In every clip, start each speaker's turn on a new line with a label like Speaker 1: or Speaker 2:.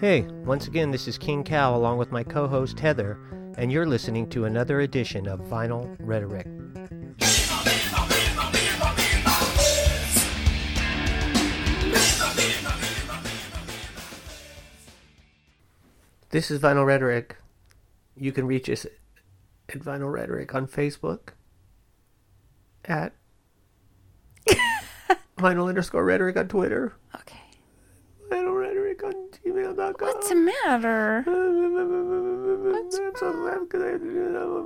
Speaker 1: Hey, once again, this is King Cal along with my co host Heather, and you're listening to another edition of Vinyl Rhetoric. This is Vinyl Rhetoric. You can reach us at Vinyl Rhetoric on Facebook at Vinyl underscore rhetoric on Twitter,
Speaker 2: Okay.
Speaker 1: Vinyl rhetoric on gmail.com.
Speaker 2: What's the matter?
Speaker 1: I'm so glad because I have to do that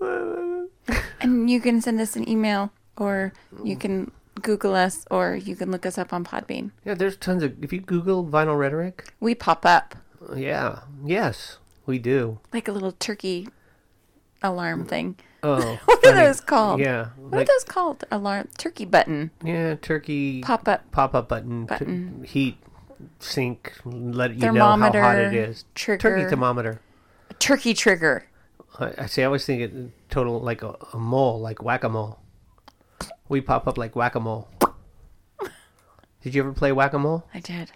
Speaker 1: by myself.
Speaker 2: And you can send us an email, or you can Google us, or you can look us up on Podbean.
Speaker 1: yeah, there's tons of. If you Google vinyl rhetoric,
Speaker 2: We pop up
Speaker 1: yeah, yes, we do.
Speaker 2: like a little turkey alarm thing.
Speaker 1: Oh,
Speaker 2: What are
Speaker 1: funny.
Speaker 2: those called?
Speaker 1: Yeah,
Speaker 2: Um, What
Speaker 1: like
Speaker 2: are those called? Alarm turkey button
Speaker 1: yeah, turkey
Speaker 2: pop up
Speaker 1: pop up button, t-
Speaker 2: Button.
Speaker 1: heat sink, let you know how hot it
Speaker 2: Thermometer,
Speaker 1: is. Turkey
Speaker 2: trigger.
Speaker 1: thermometer.
Speaker 2: turkey trigger.
Speaker 1: I I see. I always think it total like a, a mole, like whack a mole. We pop up like whack a mole. Did you ever play whack a mole?
Speaker 2: I did.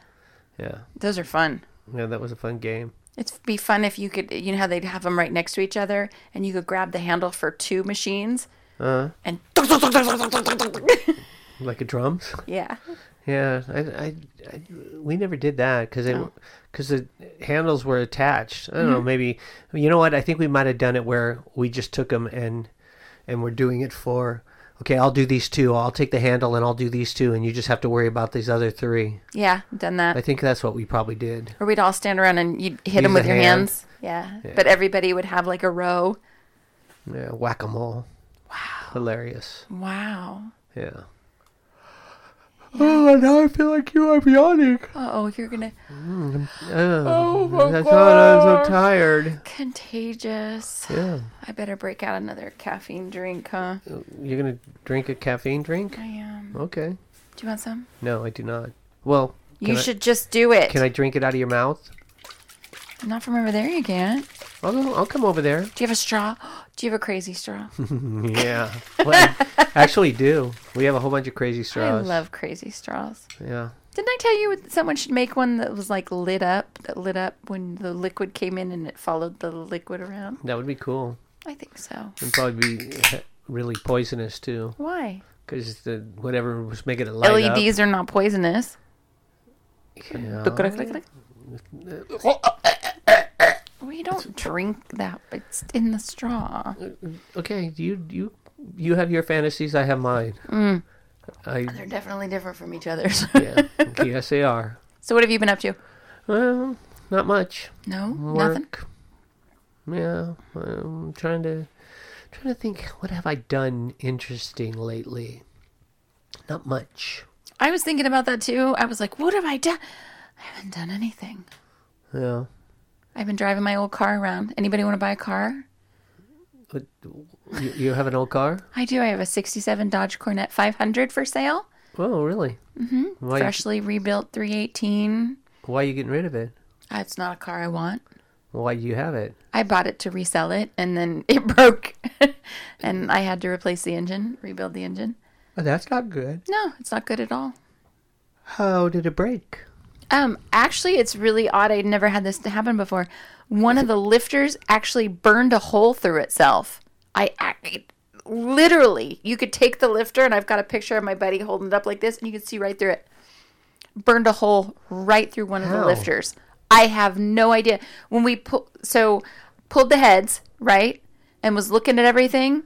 Speaker 1: Yeah,
Speaker 2: Those are fun.
Speaker 1: yeah, that was a fun game.
Speaker 2: It'd be fun if you could, you know how they'd have them right next to each other, and you could grab the handle for two machines
Speaker 1: Uh,
Speaker 2: and
Speaker 1: like a drums.
Speaker 2: yeah,
Speaker 1: Yeah, I, I, I we never did that because because the handles were attached. I don't know. Maybe you know what? I think we might have done it where we just took them and and we're doing it for. Okay, I'll do these two. I'll take the handle and I'll do these two, and you just have to worry about these other three.
Speaker 2: yeah, done that.
Speaker 1: I think that's what we probably did.
Speaker 2: Or we'd all stand around and you'd hit them
Speaker 1: Use
Speaker 2: with
Speaker 1: a
Speaker 2: your
Speaker 1: hand.
Speaker 2: hands. Yeah. But everybody would have like a row.
Speaker 1: Yeah, whack a mole. Wow, hilarious.
Speaker 2: Wow.
Speaker 1: Yeah. Oh, now I feel like you are beyond.
Speaker 2: Oh, you're going to.
Speaker 1: Oh,
Speaker 2: my
Speaker 1: I thought I was
Speaker 2: gosh.
Speaker 1: so tired.
Speaker 2: Contagious.
Speaker 1: Yeah.
Speaker 2: I better break out another caffeine drink, huh?
Speaker 1: Uh, You're gonna drink a caffeine drink?
Speaker 2: I am.
Speaker 1: Okay.
Speaker 2: Do you want some?
Speaker 1: No, I do not. Well,
Speaker 2: you
Speaker 1: can I-
Speaker 2: should just do it.
Speaker 1: can I drink it out of your mouth?
Speaker 2: Not from over there, you can't.
Speaker 1: I'll, go- I'll come over there.
Speaker 2: Do you have a straw? Do you have a crazy straw?
Speaker 1: Yeah. Well, I actually do. We have a whole bunch of crazy
Speaker 2: I
Speaker 1: straws.
Speaker 2: love crazy straws.
Speaker 1: Yeah.
Speaker 2: Didn't I tell you someone should make one that was like lit up, that lit up when the liquid came in and it followed the liquid around?
Speaker 1: That would be cool.
Speaker 2: I think so.
Speaker 1: It'd probably be really poisonous too,
Speaker 2: Why?
Speaker 1: because the whatever was making it light up.
Speaker 2: LEDs E are not poisonous.
Speaker 1: Yeah.
Speaker 2: Look, look, look, look.
Speaker 1: Oh. eh,
Speaker 2: We don't drink that. It's in the straw.
Speaker 1: Uh, Okay. You you you have your fantasies. I have mine. I
Speaker 2: They're definitely different from each other's.
Speaker 1: yeah. yes, they are.
Speaker 2: so what have you been up to?
Speaker 1: Well, not much.
Speaker 2: No, nothing.
Speaker 1: work. Yeah, I'm trying to trying to think. What have I done interesting lately? Not much.
Speaker 2: I was thinking about that too. I was like, what have I done? I haven't done anything.
Speaker 1: Yeah.
Speaker 2: I've been driving my old car around. Anybody want to buy a car?
Speaker 1: But you, you have an old car?
Speaker 2: I do. I have a 67 Dodge Cornet 500 for sale.
Speaker 1: Oh, really? Mm-hmm. Why
Speaker 2: Freshly rebuilt 318.
Speaker 1: Why are you getting rid of it?
Speaker 2: Uh, It's not a car I want.
Speaker 1: Why do you have it?
Speaker 2: I bought it to resell it, and then it broke, and I had to replace the engine, rebuild the engine.
Speaker 1: Oh, that's not good.
Speaker 2: No, it's not good at all.
Speaker 1: How did it break?
Speaker 2: Um, actually, it's really odd. I'd never had this to happen before. One of the lifters actually burned a hole through itself. I, I it- literally, you could take the lifter, and I've got a picture of my buddy holding it up like this, and you can see right through it. Burned a hole right through one of the
Speaker 1: How?
Speaker 2: lifters. I have no idea. When we pull, so pulled the heads right, and was looking at everything.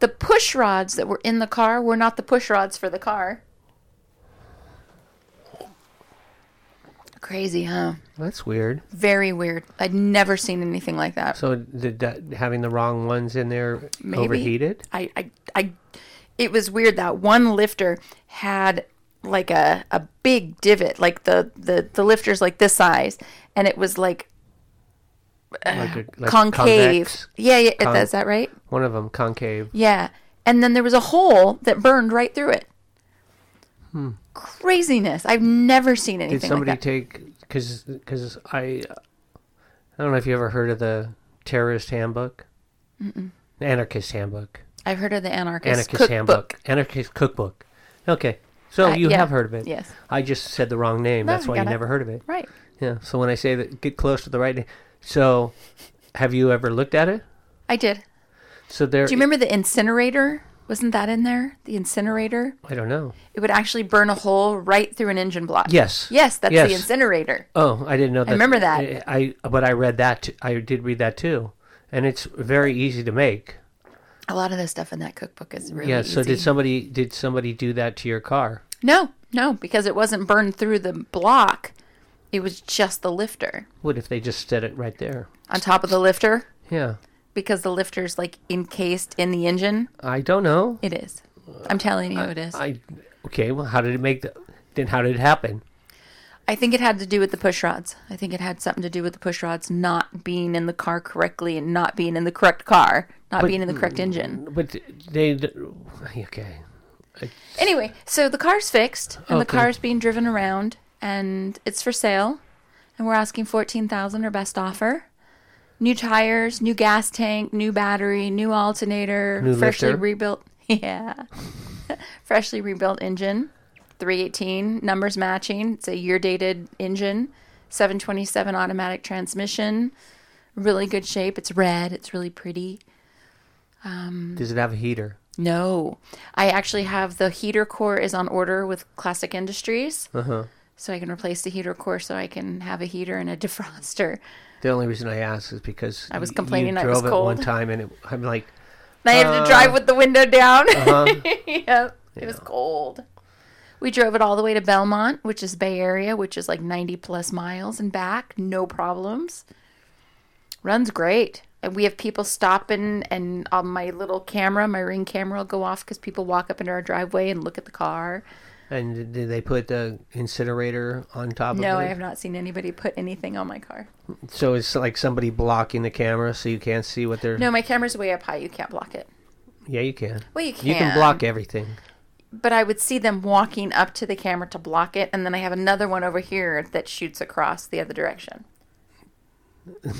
Speaker 2: The push rods that were in the car were not the push rods for the car. Crazy, huh?
Speaker 1: That's weird.
Speaker 2: Very weird. I'd never seen anything like that.
Speaker 1: So did that having the wrong ones in there
Speaker 2: Maybe.
Speaker 1: overheated?
Speaker 2: I, I, I, it was weird that one lifter had like a, a big divot, like the, the, the lifter's like this size, and it was like
Speaker 1: Like a like
Speaker 2: concave.
Speaker 1: convex?
Speaker 2: Yeah, yeah,
Speaker 1: Con-
Speaker 2: is that right?
Speaker 1: One of them concave.
Speaker 2: Yeah. And then there was a hole that burned right through it. Craziness. I've never seen anything
Speaker 1: Hmm. Did somebody
Speaker 2: like that.
Speaker 1: take because because I I don't know if you ever heard of the terrorist handbook, mm anarchist handbook,
Speaker 2: I've heard of the anarchist,
Speaker 1: anarchist
Speaker 2: cookbook.
Speaker 1: handbook, anarchist cookbook. Okay, So
Speaker 2: I-
Speaker 1: Oh, you
Speaker 2: yeah.
Speaker 1: have heard of it.
Speaker 2: Yes.
Speaker 1: I just said the wrong name.
Speaker 2: No,
Speaker 1: That's
Speaker 2: you
Speaker 1: why you
Speaker 2: got it.
Speaker 1: never heard of it.
Speaker 2: Right.
Speaker 1: Yeah. So when I say that, get close to the right name. So, have you ever looked at it?
Speaker 2: I did.
Speaker 1: So there.
Speaker 2: Do you remember the incinerator? Wasn't that in there? The incinerator?
Speaker 1: I don't know.
Speaker 2: It would actually burn a hole right through an engine block.
Speaker 1: Yes.
Speaker 2: Yes, that's
Speaker 1: Yes.
Speaker 2: the incinerator.
Speaker 1: Oh, I didn't know that.
Speaker 2: remember that.
Speaker 1: I, I- but I read that. Too, I did read that too, and it's very easy to make.
Speaker 2: A lot of the stuff in that cookbook is really
Speaker 1: yeah. So
Speaker 2: easy.
Speaker 1: did somebody did somebody do that to your car?
Speaker 2: No, no, because it wasn't burned through the block. It was just the lifter
Speaker 1: What if they just said it right there?
Speaker 2: on top of the lifter
Speaker 1: Yeah.
Speaker 2: because the lifter's like encased in the engine.
Speaker 1: I don't know.
Speaker 2: It is. I'm telling you, it is. I,
Speaker 1: I okay. Well, how did it make the? Then how did it happen?
Speaker 2: think it had to do with the push rods. I think it had something to do with the push rods not being in the car correctly and not being in the correct car, not being in the correct engine.
Speaker 1: But they. Okay.
Speaker 2: Anyway, so the car's fixed and the
Speaker 1: Okay.
Speaker 2: car's being driven around and it's for sale and we're asking 14,000 or best offer. New tires, new gas tank, new battery, new alternator,
Speaker 1: New
Speaker 2: freshly
Speaker 1: lifter.
Speaker 2: rebuilt. Yeah. freshly rebuilt engine, 318, numbers matching. It's a year dated engine, 727 automatic transmission. Really good shape. It's red. It's really pretty.
Speaker 1: Does it have a heater?
Speaker 2: No, I actually have the heater core is on order with Classic Industries, so I can replace the heater core so I can have a heater and a defroster.
Speaker 1: The only reason I asked is because
Speaker 2: I
Speaker 1: y-
Speaker 2: was
Speaker 1: you
Speaker 2: complaining I was
Speaker 1: drove it one
Speaker 2: cold.
Speaker 1: time, and it, I'm like,
Speaker 2: And I had to drive with the window down. yep, it was
Speaker 1: Yeah.
Speaker 2: cold. We drove it all the way to Belmont, which is Bay Area, which is like 90 plus miles and back, no problems. Runs great. And we have people stopping, and on my little camera, my ring camera will go off because people walk up into our driveway and look at the car.
Speaker 1: and did they put the incinerator on top
Speaker 2: No,
Speaker 1: of it?
Speaker 2: I have not seen anybody put anything on my car.
Speaker 1: So it's like somebody blocking the camera, so you can't see what they're.
Speaker 2: No, my camera's way up high. You can't block it.
Speaker 1: Yeah, you can.
Speaker 2: Well, you can.
Speaker 1: You can block everything.
Speaker 2: But I would see them walking up to the camera to block it, and then I have another one over here that shoots across the other direction.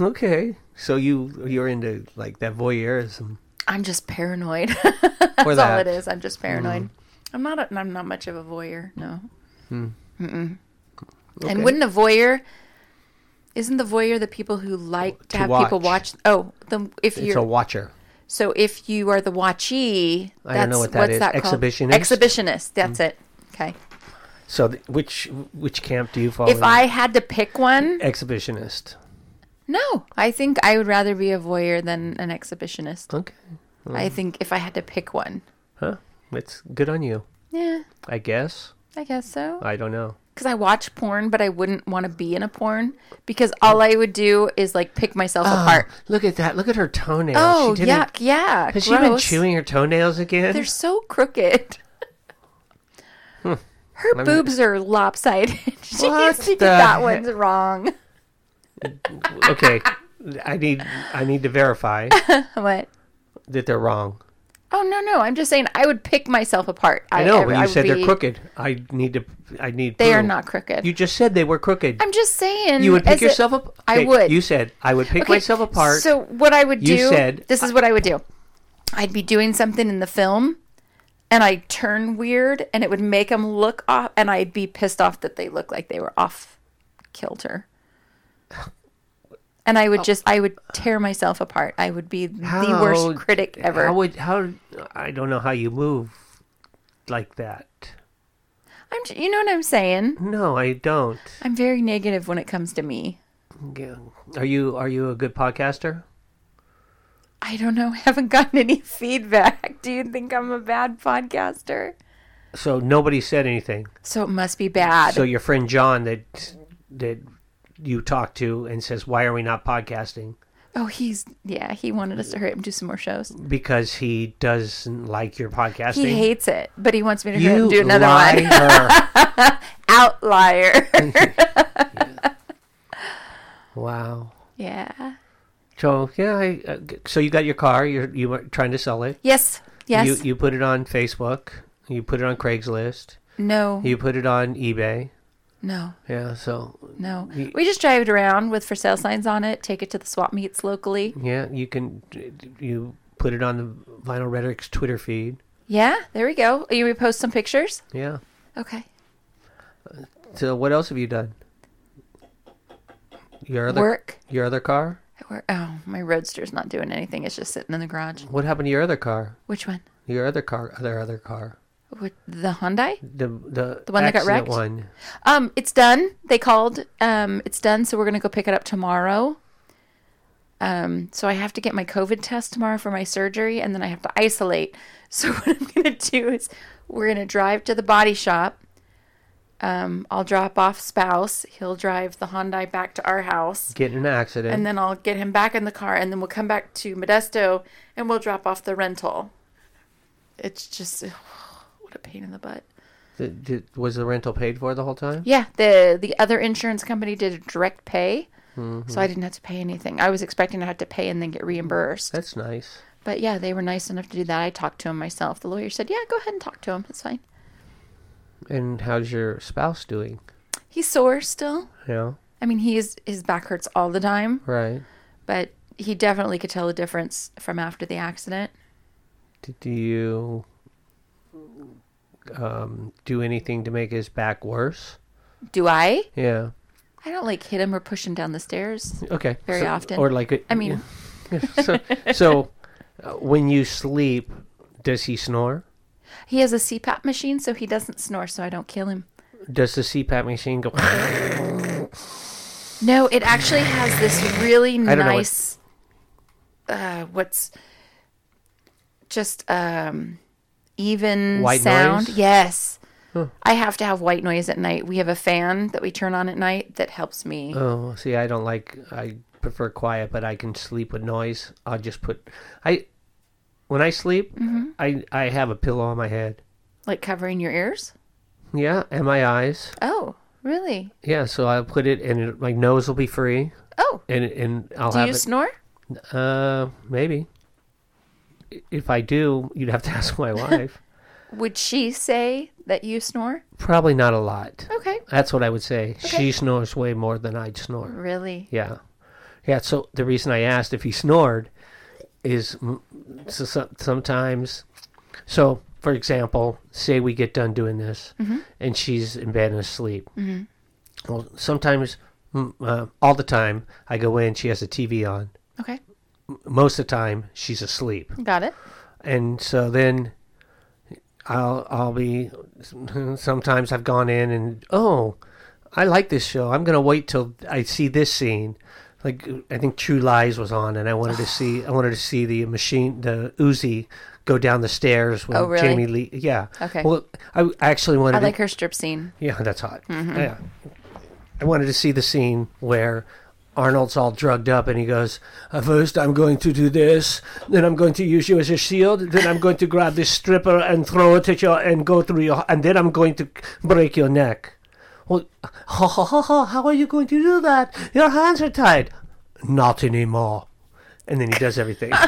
Speaker 1: okay, so you you're into like that voyeurism.
Speaker 2: I'm just paranoid. That's all
Speaker 1: that. Mm-hmm.
Speaker 2: it is. I'm just paranoid. I'm not. A, I'm not much of a voyeur. No. Mm. Mm.
Speaker 1: Hmm. Okay.
Speaker 2: And wouldn't a voyeur? Isn't the voyeur the people who like to,
Speaker 1: To
Speaker 2: have people
Speaker 1: watch.
Speaker 2: watch? Oh, the, if
Speaker 1: It's
Speaker 2: you're
Speaker 1: a watcher.
Speaker 2: So if you are the watchee, that's,
Speaker 1: I don't know what that
Speaker 2: what's
Speaker 1: is.
Speaker 2: that called?
Speaker 1: Exhibitionist? Mm.
Speaker 2: Exhibitionist. That's it. Okay.
Speaker 1: So th- which which camp do you fall?
Speaker 2: If
Speaker 1: in?
Speaker 2: I had to pick one,
Speaker 1: exhibitionist.
Speaker 2: no, I think I would rather be a voyeur than an exhibitionist.
Speaker 1: Okay, Mm.
Speaker 2: I think if I had to pick one,
Speaker 1: huh? It's good on you,
Speaker 2: yeah,
Speaker 1: I guess.
Speaker 2: I guess so.
Speaker 1: I don't know.
Speaker 2: Because I watch porn, but I wouldn't want to be in a porn because all I would do is like pick myself apart.
Speaker 1: Look at that! Look at her toenails.
Speaker 2: Uh. Oh,
Speaker 1: Ah, didn't-
Speaker 2: yuck, yeah.
Speaker 1: Has she been
Speaker 2: gross.
Speaker 1: chewing her toenails again?
Speaker 2: They're so crooked. Her
Speaker 1: Hmm. Let me-
Speaker 2: boobs are lopsided. she
Speaker 1: What
Speaker 2: needs to get
Speaker 1: the
Speaker 2: that
Speaker 1: he-
Speaker 2: one's wrong.
Speaker 1: okay, I need I need to verify
Speaker 2: What?
Speaker 1: that they're wrong.
Speaker 2: Oh no no! I'm just saying I would pick myself apart.
Speaker 1: I know,
Speaker 2: I-
Speaker 1: but
Speaker 2: I
Speaker 1: you
Speaker 2: would
Speaker 1: said
Speaker 2: be-
Speaker 1: they're crooked. I need to. I need.
Speaker 2: They are
Speaker 1: proof.
Speaker 2: not crooked.
Speaker 1: You just said they were crooked.
Speaker 2: I'm just saying
Speaker 1: you would
Speaker 2: as
Speaker 1: pick
Speaker 2: a-
Speaker 1: yourself up.
Speaker 2: I
Speaker 1: Okay,
Speaker 2: would.
Speaker 1: You said I would pick
Speaker 2: Okay,
Speaker 1: myself apart.
Speaker 2: So what I would do?
Speaker 1: You said-
Speaker 2: this is what I would do. I'd be doing something in the film, and I'd turn weird, and it would make them look off, and I'd be pissed off that they look like they were off kilter. And I would just, I would tear myself apart. I would be the
Speaker 1: Oh. How-
Speaker 2: worst critic ever.
Speaker 1: How would how? I don't know how you move like that.
Speaker 2: I'm, j- you know what I'm saying?
Speaker 1: No, I don't.
Speaker 2: I'm very negative when it comes to me.
Speaker 1: Yeah. Are you are you a good podcaster?
Speaker 2: I don't know. I haven't gotten any feedback. Do you think I'm a bad podcaster?
Speaker 1: So nobody said anything.
Speaker 2: So it must be bad.
Speaker 1: So your friend John that that you talk to and says, "Why are we not podcasting?"
Speaker 2: oh, he's yeah. He wanted us to hurry up and do some more shows.
Speaker 1: Because he doesn't like your podcasting.
Speaker 2: He hates it, but he wants me to hurry up
Speaker 1: you
Speaker 2: and do another one.
Speaker 1: liar.
Speaker 2: Outlier.
Speaker 1: wow.
Speaker 2: yeah.
Speaker 1: So yeah, I, uh, g- so you got your car. You you were trying to sell it.
Speaker 2: Yes. Yes.
Speaker 1: You you put it on Facebook. You put it on Craigslist.
Speaker 2: no.
Speaker 1: You put it on eBay.
Speaker 2: no.
Speaker 1: Yeah. So
Speaker 2: No.
Speaker 1: You-
Speaker 2: we just drive it around with for sale signs on it. Take it to the swap meets locally.
Speaker 1: yeah, you can you put it on the Vinyl Rhetoric's Twitter feed.
Speaker 2: Oh, Yeah. There we go. You we post some pictures.
Speaker 1: Yeah.
Speaker 2: Okay.
Speaker 1: So what else have you done? Your other
Speaker 2: Work.
Speaker 1: your other car?
Speaker 2: I work. Oh, my roadster's not doing anything. It's just sitting in the garage.
Speaker 1: What happened to your other car?
Speaker 2: Which one?
Speaker 1: Your other car, other other car.
Speaker 2: With the Hyundai?
Speaker 1: The the,
Speaker 2: The one that got
Speaker 1: accident
Speaker 2: wrecked?
Speaker 1: One.
Speaker 2: Um, it's done. They called. Um, it's done. So we're gonna go pick it up tomorrow. Um, so I have to get my COVID test tomorrow for my surgery, and then I have to isolate. So what I'm gonna do is we're gonna drive to the body shop. Um, I'll drop off spouse. He'll drive the Hyundai back to our house,
Speaker 1: Get in an accident.
Speaker 2: and then I'll get him back in the car, and then we'll come back to Modesto, and we'll drop off the rental. It's just what a pain in the butt.
Speaker 1: Th- did- was the rental paid for the whole time?
Speaker 2: Yeah, the the other insurance company did a direct pay, so I didn't have to pay anything. I was expecting to have to pay and then get reimbursed.
Speaker 1: That's nice.
Speaker 2: But yeah, they were nice enough to do that. I talked to him myself. The lawyer said, "Yeah, go ahead and talk to him. It's fine."
Speaker 1: And how's your spouse doing?
Speaker 2: He's sore still.
Speaker 1: Yeah.
Speaker 2: I mean, he is his back hurts all the time,
Speaker 1: Right.
Speaker 2: but he definitely could tell the difference from after the accident.
Speaker 1: Did you um, do anything to make his back worse?
Speaker 2: Do I?
Speaker 1: Yeah.
Speaker 2: I don't like hit him or push him down the stairs.
Speaker 1: Okay.
Speaker 2: Very
Speaker 1: So-
Speaker 2: often.
Speaker 1: Or like. it-
Speaker 2: I mean-
Speaker 1: so, so uh, when you sleep, does he snore?
Speaker 2: He has a CPAP machine, so he doesn't snore, so I don't kill him.
Speaker 1: Does the CPAP machine go?
Speaker 2: No, it actually has this really
Speaker 1: don't know what-
Speaker 2: nice uh what's just um even
Speaker 1: White
Speaker 2: sound.
Speaker 1: noise?
Speaker 2: Yes. I have to have white noise at night. We have a fan that we turn on at night that helps me.
Speaker 1: oh, see, I don't like. I prefer quiet, but I can sleep with noise. I'll just put. I when I sleep,
Speaker 2: Mm-hmm.
Speaker 1: I I have a pillow on my head.
Speaker 2: Like covering your ears?
Speaker 1: Yeah, and my eyes.
Speaker 2: Oh, really?
Speaker 1: Yeah, so I'll put it, and it, my nose will be free,
Speaker 2: Oh.
Speaker 1: and and I'll
Speaker 2: Do
Speaker 1: have
Speaker 2: you
Speaker 1: it.
Speaker 2: snore?
Speaker 1: Uh, maybe. I- If I do, you'd have to ask my wife.
Speaker 2: Would she say that you snore?
Speaker 1: Probably not a lot.
Speaker 2: Okay.
Speaker 1: That's what I would say.
Speaker 2: Okay.
Speaker 1: She snores way more than I'd snore.
Speaker 2: Really?
Speaker 1: Yeah. Yeah, so the reason I asked if he snored is mm, so, so, sometimes. So, for example, say we get done doing this and she's in bed and asleep. Mm-hmm. Well, sometimes, mm, uh, all the time, I go in, she has a TV on.
Speaker 2: Okay.
Speaker 1: Most of the time, she's asleep
Speaker 2: Got it.
Speaker 1: and so then I'll I'll be sometimes I've gone in and oh I like this show I'm gonna wait till I see this scene like I think True Lies was on and I wanted to see I wanted to see the machine the Uzi go down the stairs when
Speaker 2: Oh, really?
Speaker 1: Jamie Lee yeah
Speaker 2: Okay.
Speaker 1: well I actually wanted
Speaker 2: I
Speaker 1: to-
Speaker 2: like her strip scene.
Speaker 1: yeah, that's hot.
Speaker 2: Mm-hmm.
Speaker 1: Yeah. I wanted to see the scene where Arnold's all drugged up and he goes, "Uh, First, I'm going to do this. Then I'm going to use you as a shield. Then I'm going to grab this stripper and throw it at you and go through your. And then I'm going to break your neck. Well, ha ha ha ha, how are you going to do that? Your hands are tied. Not anymore. And then he does everything.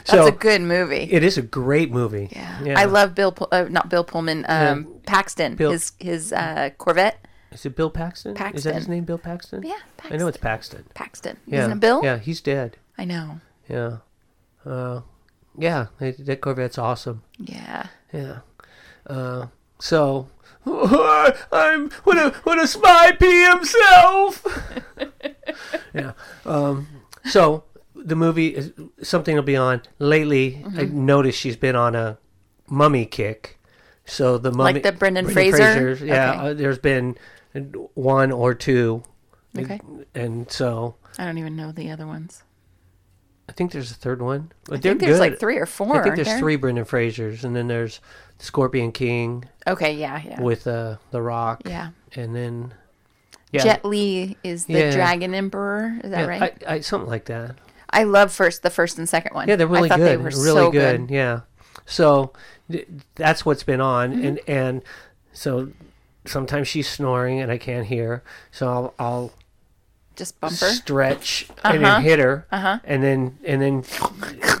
Speaker 2: That's
Speaker 1: so
Speaker 2: a good movie.
Speaker 1: it is a great movie.
Speaker 2: Yeah. I love Bill, Pul- uh, not Bill Pullman, um, Paxton,
Speaker 1: Bill-
Speaker 2: his his uh, Corvette.
Speaker 1: Is it Bill Paxton? Is that his
Speaker 2: Paxton.
Speaker 1: name, Bill Paxton?
Speaker 2: Yeah,
Speaker 1: I know it's Paxton.
Speaker 2: Paxton.
Speaker 1: Yeah.
Speaker 2: Isn't it Bill?
Speaker 1: Yeah, he's dead.
Speaker 2: I know.
Speaker 1: Yeah. Uh, yeah, that that Corvette's awesome.
Speaker 2: Yeah.
Speaker 1: Yeah. Uh, so, I'm gonna, gonna spy pee himself! yeah. Um, so, the movie, is, something will be on. Lately, I
Speaker 2: Mm-hmm.
Speaker 1: noticed she's been on a mummy kick. So, the mummy.
Speaker 2: Like the Brendan Fraser?
Speaker 1: Frasers, yeah,
Speaker 2: Okay.
Speaker 1: uh, there's been one or two.
Speaker 2: Okay.
Speaker 1: And so,
Speaker 2: I don't even know the other ones.
Speaker 1: I think there's a third one. But
Speaker 2: I
Speaker 1: they're
Speaker 2: think there's
Speaker 1: good.
Speaker 2: like three or four.
Speaker 1: I think
Speaker 2: aren't
Speaker 1: there's
Speaker 2: there?
Speaker 1: three Brendan Frasers, and then there's Scorpion King
Speaker 2: Okay. Yeah. Yeah.
Speaker 1: with uh, The Rock.
Speaker 2: Oh. yeah.
Speaker 1: And then. Yeah.
Speaker 2: Jet Li is the
Speaker 1: Yeah.
Speaker 2: Dragon Emperor. Is that
Speaker 1: yeah,
Speaker 2: right?
Speaker 1: I, I, something like that.
Speaker 2: I, love first the first and second one.
Speaker 1: Yeah, they're really
Speaker 2: I thought
Speaker 1: good.
Speaker 2: They were
Speaker 1: really
Speaker 2: so
Speaker 1: good.
Speaker 2: good.
Speaker 1: Yeah. So th- that's what's been on,
Speaker 2: Mm-hmm.
Speaker 1: and and so sometimes she's snoring and I can't hear, so I'll, I'll
Speaker 2: Just bumper. Uh-huh.
Speaker 1: stretch and then hit her, and then and then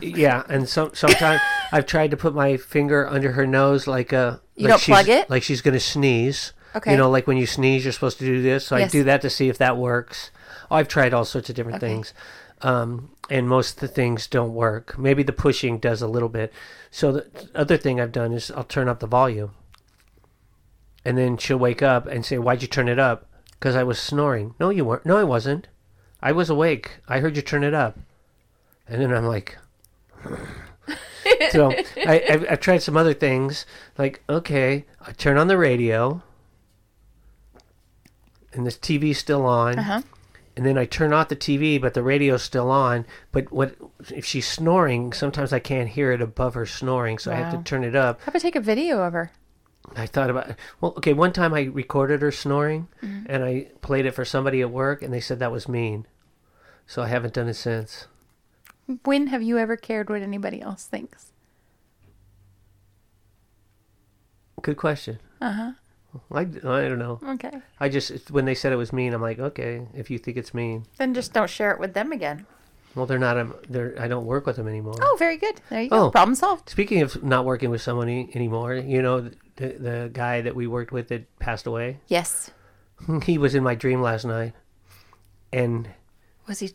Speaker 1: yeah, and some sometimes I've tried to put my finger under her nose like a
Speaker 2: You
Speaker 1: like
Speaker 2: don't plug
Speaker 1: she's-
Speaker 2: it?
Speaker 1: like she's gonna sneeze.
Speaker 2: Okay.
Speaker 1: you know, like when you sneeze, you're supposed to do this. So I
Speaker 2: Yes.
Speaker 1: do that to see if that works. I've tried all sorts of different things. um, and most of the things don't work. Maybe the pushing does a little bit. So the other thing I've done is I'll turn up the volume, and then she'll wake up and say, "Why'd you turn it up?" Because I was snoring. No, you weren't. No, I wasn't. I was awake. I heard you turn it up, and then I'm like. so I, I've, I've tried some other things like okay i turn on the radio and this tv's still on
Speaker 2: Uh-huh.
Speaker 1: and then i turn off the tv but the radio's still on but what if she's snoring sometimes i can't hear it above her snoring so i have to
Speaker 2: Wow.
Speaker 1: turn it up
Speaker 2: How about take a video of her?
Speaker 1: I thought about well, okay. One time I recorded her snoring,
Speaker 2: Mm-hmm.
Speaker 1: and I played it for somebody at work, and they said that was mean. So I haven't done it since.
Speaker 2: When have you ever cared what anybody else thinks?
Speaker 1: Good question.
Speaker 2: Uh huh.
Speaker 1: I, I don't know.
Speaker 2: Okay.
Speaker 1: I just when they said it was mean, I'm like, okay, if you think it's mean,
Speaker 2: Then just don't share it with them again.
Speaker 1: well, they're not. um, They're I don't work with them anymore.
Speaker 2: Oh, very good. There you
Speaker 1: Oh.
Speaker 2: go. Problem solved.
Speaker 1: Speaking of not working with someone any, anymore, you know the, the guy that we worked with that passed away.
Speaker 2: Yes.
Speaker 1: he was in my dream last night, and
Speaker 2: Was he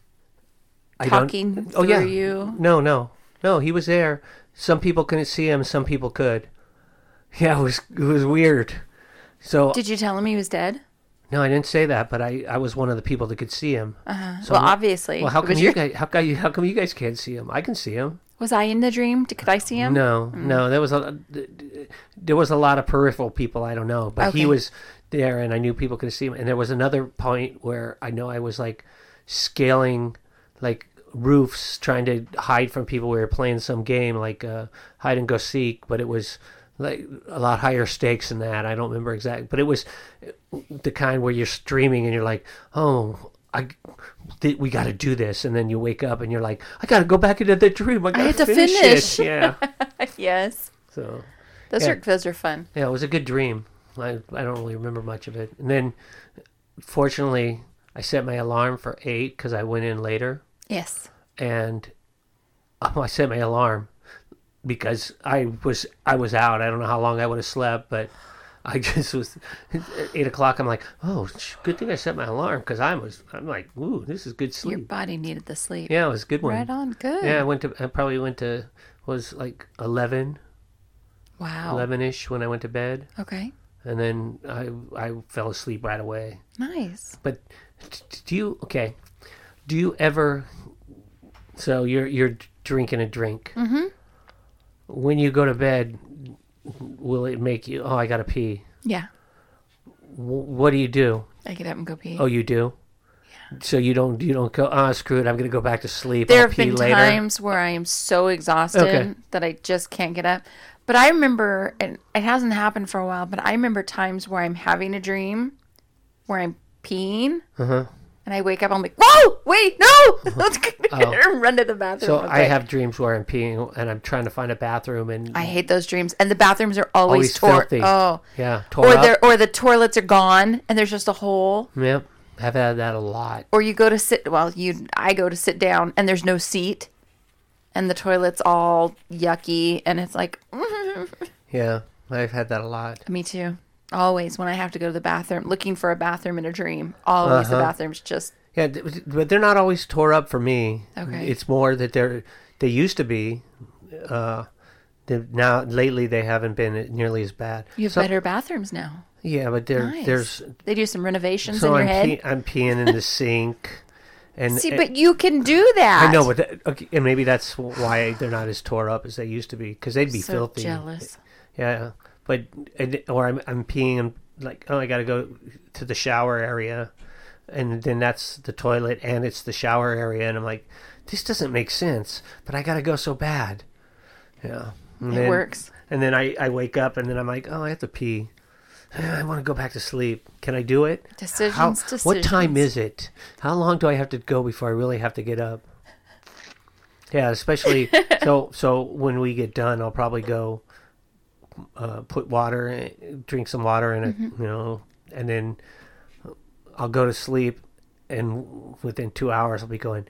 Speaker 1: I don't- Oh,
Speaker 2: talking through you?
Speaker 1: No, no, no. He was there. Some people couldn't see him. Some people could. Yeah, it was it was weird. So
Speaker 2: Did you tell him he was dead?
Speaker 1: no, I didn't say that, but I, I was one of the people that could see him.
Speaker 2: Uh,
Speaker 1: So
Speaker 2: well,
Speaker 1: what-
Speaker 2: obviously.
Speaker 1: Well, how
Speaker 2: It
Speaker 1: come
Speaker 2: was,
Speaker 1: you
Speaker 2: your-
Speaker 1: guys? How come you? How come you guys can't see him? I can see him.
Speaker 2: was I in the dream? Did- Could I see him? Mm.
Speaker 1: No, no. There was a there was a lot of peripheral people I don't know, but he
Speaker 2: Okay.
Speaker 1: was there, and I knew people could see him. And there was another point where I know I was like scaling like roofs, trying to hide from people. We were playing some game like uh, hide and go seek, but it was like a lot higher stakes than that. I don't remember exact, but it was the kind where you're streaming and you're like, oh. I, th- we got to do this, and then you wake up and you're like, I got to go back into the dream. I, gotta
Speaker 2: have to
Speaker 1: finish, it."
Speaker 2: finish.
Speaker 1: Yeah.
Speaker 2: yes.
Speaker 1: So
Speaker 2: Those
Speaker 1: Yeah.
Speaker 2: are those are fun.
Speaker 1: yeah, it was a good dream. I I don't really remember much of it. And then, fortunately, I set my alarm for eight because I went in later,
Speaker 2: Yes.
Speaker 1: and oh, I set my alarm because I was I was out. I don't know how long I would have slept, but I just was at eight o'clock. I'm like, oh, sh- good thing I set my alarm because I was I'm like, ooh, this is good
Speaker 2: Your
Speaker 1: sleep.
Speaker 2: body needed the sleep.
Speaker 1: Yeah, it was a good one.
Speaker 2: Right on. Good.
Speaker 1: Yeah, I went to I probably went to was like 11,
Speaker 2: Wow.
Speaker 1: 11 ish when I went to bed.
Speaker 2: Okay.
Speaker 1: and then I I fell asleep right away.
Speaker 2: Nice.
Speaker 1: But d- d- do you okay? Do you ever? So you're you're drinking a drink. Mm-hmm. When you go to bed, will it make you? Oh, I gotta pee.
Speaker 2: Yeah.
Speaker 1: W- what do you do?
Speaker 2: I get up and go pee.
Speaker 1: Oh, you do. So you don't you don't go ah screw it I'm gonna go back to sleep
Speaker 2: there
Speaker 1: I'll
Speaker 2: have
Speaker 1: pee
Speaker 2: been
Speaker 1: later
Speaker 2: times where I am so exhausted
Speaker 1: Okay.
Speaker 2: that I just can't get up. But I remember, and it hasn't happened for a while, but I remember times where I'm having a dream where I'm peeing.
Speaker 1: Uh-huh.
Speaker 2: And I wake up, I'm like, whoa, wait, no! Let's run to the bathroom.
Speaker 1: Oh. so
Speaker 2: I'm
Speaker 1: I
Speaker 2: like-
Speaker 1: have dreams where I'm peeing and I'm trying to find a bathroom and
Speaker 2: I hate those dreams. And the bathrooms are always,
Speaker 1: Always
Speaker 2: tor-
Speaker 1: filthy.
Speaker 2: Oh.
Speaker 1: yeah tore
Speaker 2: Or,
Speaker 1: up.
Speaker 2: they're, or the toilets are gone and there's just a hole.
Speaker 1: yep I've had that a lot
Speaker 2: Or you go to sit, well, you, I go to sit down and there's no seat and the toilet's all yucky and it's like,
Speaker 1: yeah I've had that a lot
Speaker 2: Me too. Always when I have to go to the bathroom, looking for a bathroom in a dream. Always
Speaker 1: Uh-huh.
Speaker 2: the bathroom's just
Speaker 1: Yeah, th- but they're not always tore up for me.
Speaker 2: Okay.
Speaker 1: It's more that they're they used to be. Uh, they- now lately they haven't been nearly as bad.
Speaker 2: you have
Speaker 1: So-
Speaker 2: better bathrooms now.
Speaker 1: Yeah, but there
Speaker 2: Nice.
Speaker 1: there's
Speaker 2: they do some renovations
Speaker 1: so
Speaker 2: in
Speaker 1: I'm
Speaker 2: your head.
Speaker 1: pee- I'm peeing in the sink, and
Speaker 2: See,
Speaker 1: and-
Speaker 2: but you can do that.
Speaker 1: I know, but that, okay, and maybe that's why they're not as tore up as they used to be because they'd be
Speaker 2: so
Speaker 1: filthy.
Speaker 2: jealous.
Speaker 1: Yeah, but and, or I'm I'm peeing and like oh I gotta go to the shower area, and then that's the toilet and it's the shower area and I'm like this doesn't make sense, but I gotta go so bad. Yeah, and
Speaker 2: It
Speaker 1: then-
Speaker 2: works.
Speaker 1: And then I I wake up and then I'm like oh I have to pee. I want to go back to sleep. Can I do it?
Speaker 2: Decisions,
Speaker 1: How- What time is
Speaker 2: decisions.
Speaker 1: it? How long do I have to go before I really have to get up? Yeah, especially so. So when we get done, I'll probably go uh, put water, drink some water in it,
Speaker 2: Mm-hmm.
Speaker 1: you know, and then I'll go to sleep. And within two hours, I'll be going.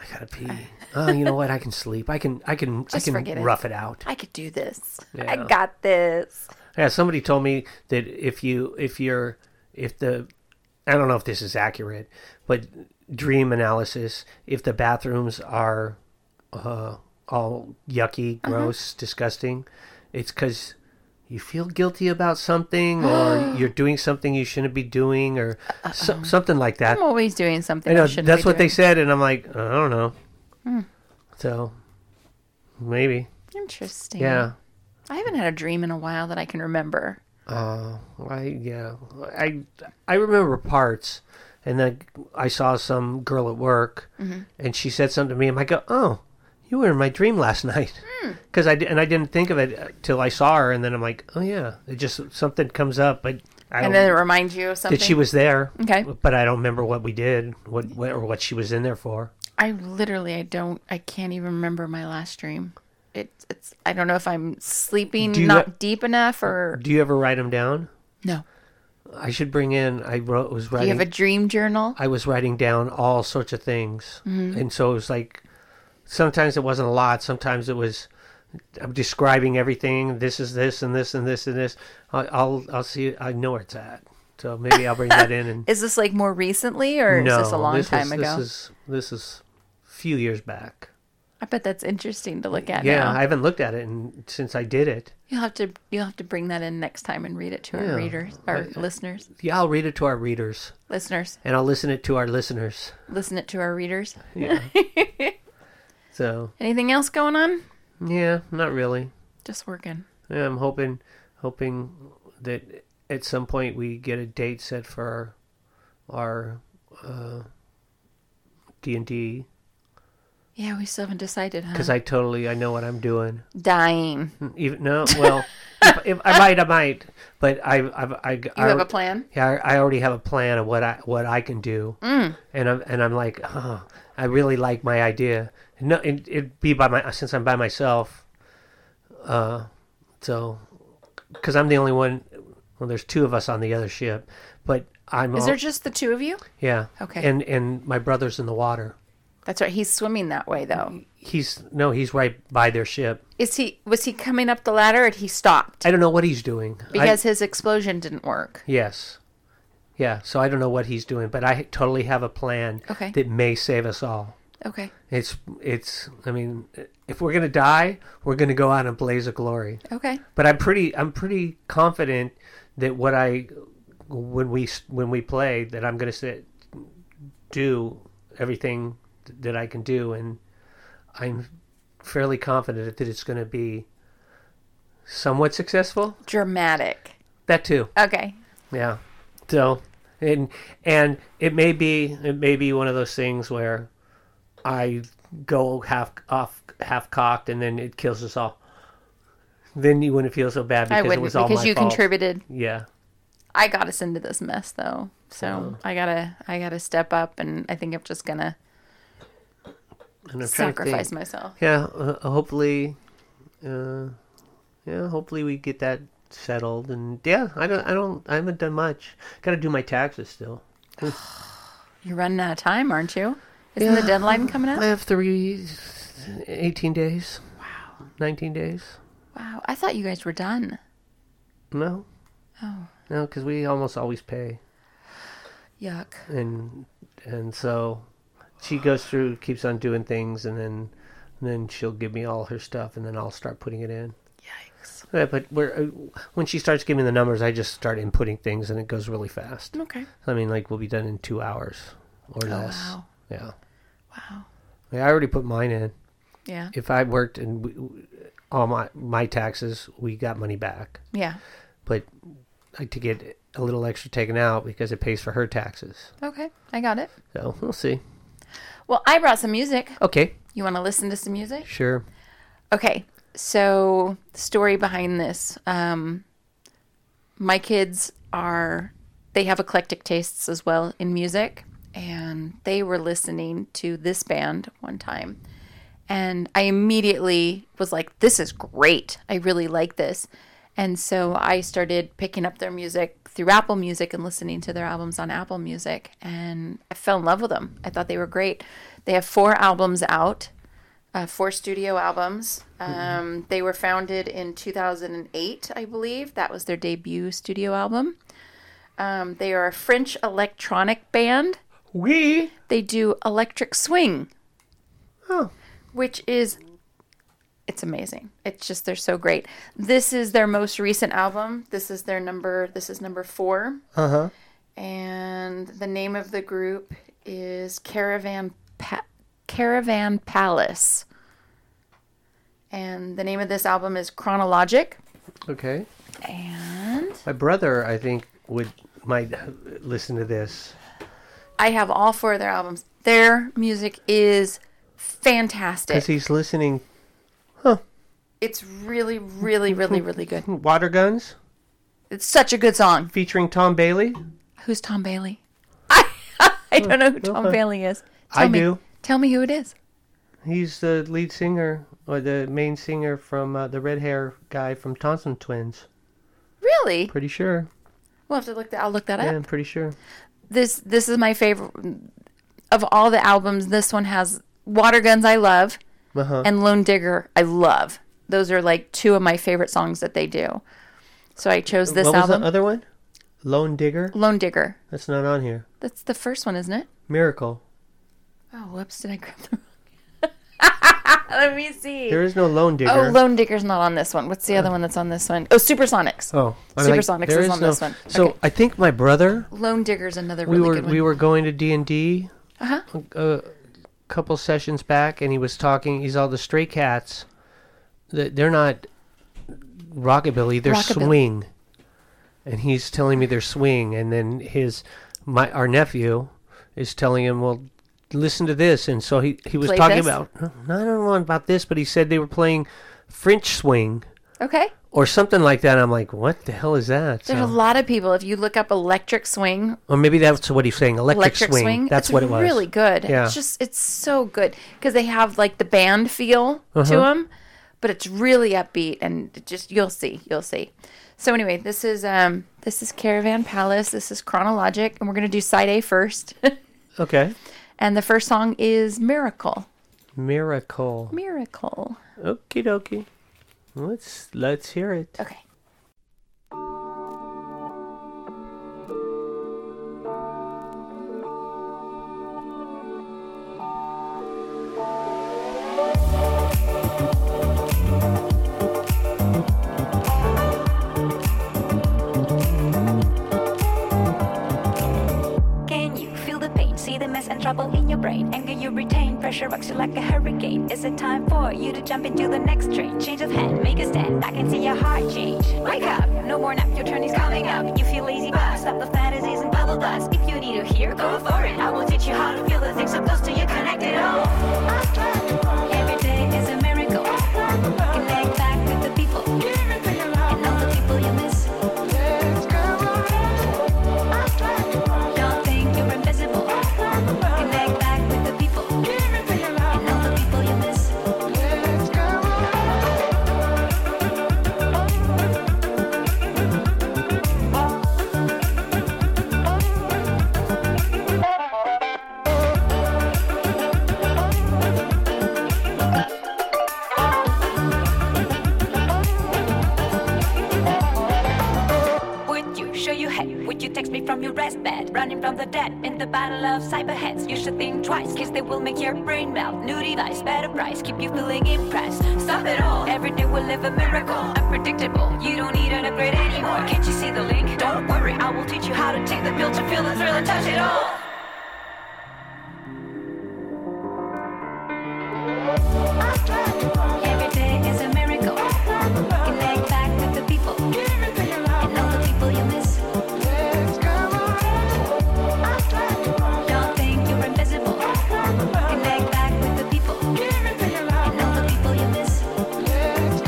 Speaker 1: I gotta pee. oh, you know what? I can sleep. I can. I can.
Speaker 2: Just
Speaker 1: I
Speaker 2: forget
Speaker 1: can
Speaker 2: it.
Speaker 1: rough it out.
Speaker 2: I could do this. I
Speaker 1: Yeah.
Speaker 2: got this.
Speaker 1: Yeah, somebody told me that if you if you're if the I don't know if this is accurate, but dream analysis if the bathrooms are uh, all yucky,
Speaker 2: Mm-hmm.
Speaker 1: gross, disgusting. It's because you feel guilty about something, or you're doing something you shouldn't be doing, or
Speaker 2: Uh-uh.
Speaker 1: so, something like that.
Speaker 2: I'm always doing something.
Speaker 1: I know
Speaker 2: I
Speaker 1: that's
Speaker 2: shouldn't
Speaker 1: what
Speaker 2: be
Speaker 1: they
Speaker 2: doing. Hmm.
Speaker 1: said, and I'm like, I don't know. So maybe,
Speaker 2: Interesting.
Speaker 1: yeah.
Speaker 2: I haven't had a dream in a while that I can remember.
Speaker 1: Uh, I yeah, I I remember parts, and then I saw some girl at work,
Speaker 2: Mm-hmm.
Speaker 1: and she said something to me, and I go, "Oh, you were in my dream last night,"
Speaker 2: Hmm.
Speaker 1: because I di- and I didn't think of it uh, till I saw her, and then I'm like, "Oh yeah," it just something comes up, but I
Speaker 2: And
Speaker 1: don't,
Speaker 2: then it reminds you of something.
Speaker 1: that she was there,
Speaker 2: Okay.
Speaker 1: but I don't remember what we did, what, what or what she was in there for.
Speaker 2: I literally, I don't, I can't even remember my last dream. It, it's, I don't know if I'm sleeping
Speaker 1: Do you
Speaker 2: not
Speaker 1: ha-
Speaker 2: deep enough or
Speaker 1: Do you ever write them down?
Speaker 2: no.
Speaker 1: I should bring in. I wrote was
Speaker 2: Do you
Speaker 1: writing.
Speaker 2: have a dream journal?
Speaker 1: I was writing down all sorts of things,
Speaker 2: Mm-hmm.
Speaker 1: and so it was like sometimes it wasn't a lot. Sometimes it was I'm describing everything. This is this and this and this and this. I'll I'll, I'll see. I know where it's at. So maybe I'll bring that in. And
Speaker 2: Is this like more recently or
Speaker 1: no,
Speaker 2: is this a long
Speaker 1: this is,
Speaker 2: time ago?
Speaker 1: This is this is a few years back.
Speaker 2: I bet that's interesting to look at.
Speaker 1: Yeah,
Speaker 2: now.
Speaker 1: I haven't looked at it in, since I did it.
Speaker 2: you'll have to you'll have to bring that in next time and read it to
Speaker 1: Yeah. uh,
Speaker 2: our readers, our listeners,
Speaker 1: Yeah, I'll read it to our readers,
Speaker 2: listeners.
Speaker 1: and I'll listen it to our listeners.
Speaker 2: Listen it to our readers.
Speaker 1: So
Speaker 2: Anything else going on?
Speaker 1: yeah, not really.
Speaker 2: Just working.
Speaker 1: Yeah, I'm hoping hoping that at some point we get a date set for our uh, D and D
Speaker 2: Yeah, we still haven't decided, huh?
Speaker 1: because I totally I know what I'm doing.
Speaker 2: Dying. You
Speaker 1: Even no, well, if, if I might, I might, but I I've, I you
Speaker 2: have a plan?
Speaker 1: Yeah, I I already have a plan of what I what I can do, mm. and I'm and I'm like, oh, I really like my idea. No, it, it'd be by my since I'm by myself, uh, so because I'm the only one. Well, there's two of us on the other ship, but I'm.
Speaker 2: Is
Speaker 1: all-
Speaker 2: there just the two of you?
Speaker 1: yeah.
Speaker 2: Okay.
Speaker 1: And and my brother's in the water.
Speaker 2: That's right. He's swimming that way though.
Speaker 1: He's no, he's right by their ship.
Speaker 2: Is he was he coming up the ladder and he stopped
Speaker 1: I don't know what he's doing I-
Speaker 2: because his explosion didn't work?
Speaker 1: yes, yeah. So I don't know what he's doing, but I totally have a plan
Speaker 2: Okay.
Speaker 1: that may save us all.
Speaker 2: Okay.
Speaker 1: It's it's. I mean, if we're gonna die, we're gonna go out in a blaze of glory.
Speaker 2: Okay.
Speaker 1: But I'm pretty I'm pretty confident that what I when we when we play that I'm gonna sit, do everything that I can do, and I'm fairly confident that it's gonna be somewhat successful.
Speaker 2: Dramatic.
Speaker 1: That too,
Speaker 2: Okay.
Speaker 1: yeah. So and and it may be it may be one of those things where I go half off half cocked and then it kills us all. Then you wouldn't feel so bad
Speaker 2: I
Speaker 1: because it
Speaker 2: wouldn't
Speaker 1: was all
Speaker 2: because
Speaker 1: my
Speaker 2: you
Speaker 1: fault.
Speaker 2: contributed.
Speaker 1: Yeah.
Speaker 2: I got us into this mess though.
Speaker 1: Uh-huh.
Speaker 2: So I gotta I gotta step up and I think I'm just gonna
Speaker 1: And I'm trying to think.
Speaker 2: sacrifice myself.
Speaker 1: Yeah, uh, hopefully uh yeah, hopefully we get that settled and yeah, I don't I don't I haven't done much. Got to do my taxes still.
Speaker 2: You're running out of time, aren't you? Isn't the deadline coming
Speaker 1: I
Speaker 2: up?
Speaker 1: have 3 18 days. Wow. 19 days.
Speaker 2: Wow. I thought you guys were done.
Speaker 1: No.
Speaker 2: Oh.
Speaker 1: No, cuz we almost always pay.
Speaker 2: Yuck.
Speaker 1: and and so she goes through keeps on doing things and then and then she'll give me all her stuff and then I'll start putting it in.
Speaker 2: Yikes.
Speaker 1: Yeah, but we're, uh, when she starts giving the numbers, I just start inputting things and it goes really fast.
Speaker 2: Okay.
Speaker 1: I mean, like we'll be done in two hours or less.
Speaker 2: Oh, wow.
Speaker 1: Yeah,
Speaker 2: Wow.
Speaker 1: Yeah, I already put mine in.
Speaker 2: Yeah.
Speaker 1: If I worked and we, all my my taxes, we got money back,
Speaker 2: Yeah.
Speaker 1: but I to get a little extra taken out because it pays for her taxes.
Speaker 2: Okay. I got it.
Speaker 1: So we'll see.
Speaker 2: Well, I brought some music.
Speaker 1: Okay,
Speaker 2: You want to listen to some music?
Speaker 1: sure.
Speaker 2: Okay. So, the story behind this. Um, my kids are, they have eclectic tastes as well in music. And they were listening to this band one time. And I immediately was like, this is great. I really like this. And so I started picking up their music through Apple Music and listening to their albums on Apple Music. And I fell in love with them. I thought they were great. They have four albums out uh, four studio albums. Um, they were founded in 2008, I believe. That was their debut studio album. Um, they are a French electronic band.
Speaker 1: We.
Speaker 2: They do electric swing,
Speaker 1: Oh.
Speaker 2: which is it's amazing. It's just they're so great. This is their most recent album. This is their number this is number 4
Speaker 1: Uh huh.
Speaker 2: and the name of the group is Caravan pa- Caravan Palace. And the name of this album is Chronologic.
Speaker 1: Okay.
Speaker 2: And
Speaker 1: My brother, I think, would might listen to this.
Speaker 2: I have all four of their albums. Their music is fantastic.
Speaker 1: Because he's listening.
Speaker 2: It's really, really, really, really good.
Speaker 1: Water Guns
Speaker 2: It's such a good song.
Speaker 1: featuring Tom Bailey.
Speaker 2: Who's Tom Bailey? I, I don't know who Tom
Speaker 1: okay.
Speaker 2: Bailey is.
Speaker 1: I
Speaker 2: me,
Speaker 1: do.
Speaker 2: Tell me who it is.
Speaker 1: He's the lead singer or the main singer from uh, the red hair guy from Thompson Twins.
Speaker 2: Really?
Speaker 1: Pretty sure.
Speaker 2: We'll have to look that. I'll look that
Speaker 1: Yeah,
Speaker 2: up.
Speaker 1: I'm pretty sure.
Speaker 2: This this is my favorite of all the albums. This one has Water Guns. I love
Speaker 1: Uh huh.
Speaker 2: and Lone Digger. I love. Those are like two of my favorite songs that they do. So I chose this
Speaker 1: What was
Speaker 2: album,
Speaker 1: the other one? Lone Digger.
Speaker 2: Lone Digger.
Speaker 1: That's not on here.
Speaker 2: That's the first one, isn't it?
Speaker 1: Miracle.
Speaker 2: Oh, whoops! Did I grab the wrong? Let me see.
Speaker 1: There is no Lone Digger.
Speaker 2: Oh, Lone Digger's not on this one. What's the other one that's on this one? Oh, Supersonics.
Speaker 1: Oh,
Speaker 2: Supersonics
Speaker 1: there
Speaker 2: is on this one.
Speaker 1: So
Speaker 2: Okay.
Speaker 1: I think my brother.
Speaker 2: Lone Digger's another
Speaker 1: We
Speaker 2: really
Speaker 1: were
Speaker 2: good one.
Speaker 1: we were going to D and D
Speaker 2: uh-huh.
Speaker 1: a couple sessions back, and he was talking. He's all the Stray Cats. They- They're not rockabilly. They're
Speaker 2: Rockabilly.
Speaker 1: swing. And he's telling me they're swing, and then his my our nephew is telling him, well. Listen to this, and so he he was
Speaker 2: Play
Speaker 1: talking
Speaker 2: this?
Speaker 1: about. I don't know about this, but he said they were playing French swing
Speaker 2: Okay.
Speaker 1: or something like that. I'm like, what the hell is that?
Speaker 2: There's
Speaker 1: So-
Speaker 2: a lot of people. If you look up electric swing,
Speaker 1: Or maybe that's what he's saying. Electric,
Speaker 2: electric
Speaker 1: swing.
Speaker 2: swing,
Speaker 1: That's
Speaker 2: it's
Speaker 1: what it was.
Speaker 2: Really good.
Speaker 1: Yeah.
Speaker 2: It's just it's so good because they have like the band feel
Speaker 1: Uh-huh.
Speaker 2: to them, but it's really upbeat and it just you'll see, you'll see. So anyway, this is um this is Caravan Palace. This is Chronologic, and we're gonna do side A first.
Speaker 1: Okay.
Speaker 2: and the first song is Miracle.
Speaker 1: Miracle.
Speaker 2: Miracle.
Speaker 1: Okie dokie. Let's let's hear it.
Speaker 2: Okay.
Speaker 3: Can you feel the pain? See the mess and trouble in your brain? Anger you retain, pressure rocks you like a hurricane. Is it time for you to jump into the next train? Change of hand, make a stand. I can see your heart change. Wake up, no more nap, your turn is coming up. You feel lazy, but stop the fantasies and bubble dust. If you need a here, go for it. I will teach you how to feel the things so close to you, connect it all. Every day is a miracle. Connect back with the people and all the people you miss. Don't think you're invisible. Connect back with the people. And all the people you miss. Would you show your head? Would you text me from your rest bed? Running from the dead in the battle of cyberheads. You should think twice, cause they will make your brain melt. New device, better price, keep you feeling impressed. Stop it all. Every day will live a miracle. Unpredictable, you don't need an upgrade anymore. Can't you see the link? Don't worry, I will teach you how to take the pill to feel the thrill and touch it all. Every day is a miracle. Connect back with the people. And all the people you miss. Don't think you're invisible. Connect back with the people. And all the people you miss.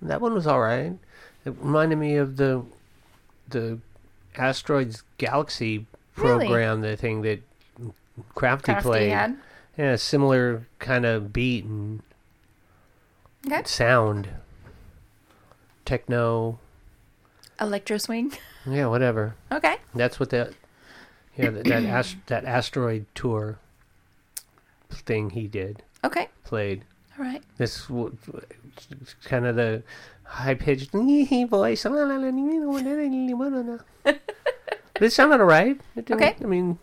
Speaker 1: That one was all right. It reminded me of the the asteroids galaxy
Speaker 2: Really?
Speaker 1: program, the thing that Crafty,
Speaker 2: Crafty
Speaker 1: played.
Speaker 2: had?
Speaker 1: Yeah, similar kind of beat and
Speaker 2: Okay.
Speaker 1: sound, techno.
Speaker 2: Electro swing.
Speaker 1: Yeah, whatever.
Speaker 2: Okay.
Speaker 1: That's what that yeah that that, ast- that asteroid tour thing he did
Speaker 2: Okay.
Speaker 1: played.
Speaker 2: All right.
Speaker 1: This w- it's kind of the high pitched voice. but it sounded alright. It didn't-
Speaker 2: Okay.
Speaker 1: I mean,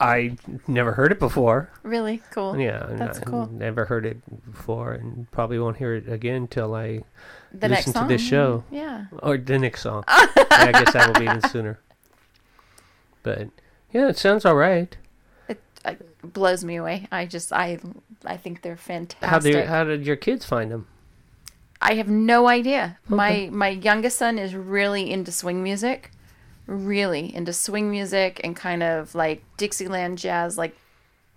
Speaker 1: I never heard it before.
Speaker 2: Really cool.
Speaker 1: Yeah, and
Speaker 2: That's
Speaker 1: I
Speaker 2: cool.
Speaker 1: Never heard it before, and probably won't hear it again till I
Speaker 2: The
Speaker 1: listen
Speaker 2: next
Speaker 1: to
Speaker 2: song.
Speaker 1: this show.
Speaker 2: Yeah.
Speaker 1: Or the next song. Yeah, I guess that will be even sooner. But yeah, it sounds all right.
Speaker 2: It, it blows me away. I just I I think they're fantastic.
Speaker 1: How did how did your kids find them?
Speaker 2: I have no idea. My my youngest son is really into swing music, really into swing music and kind of like Dixieland jazz. Like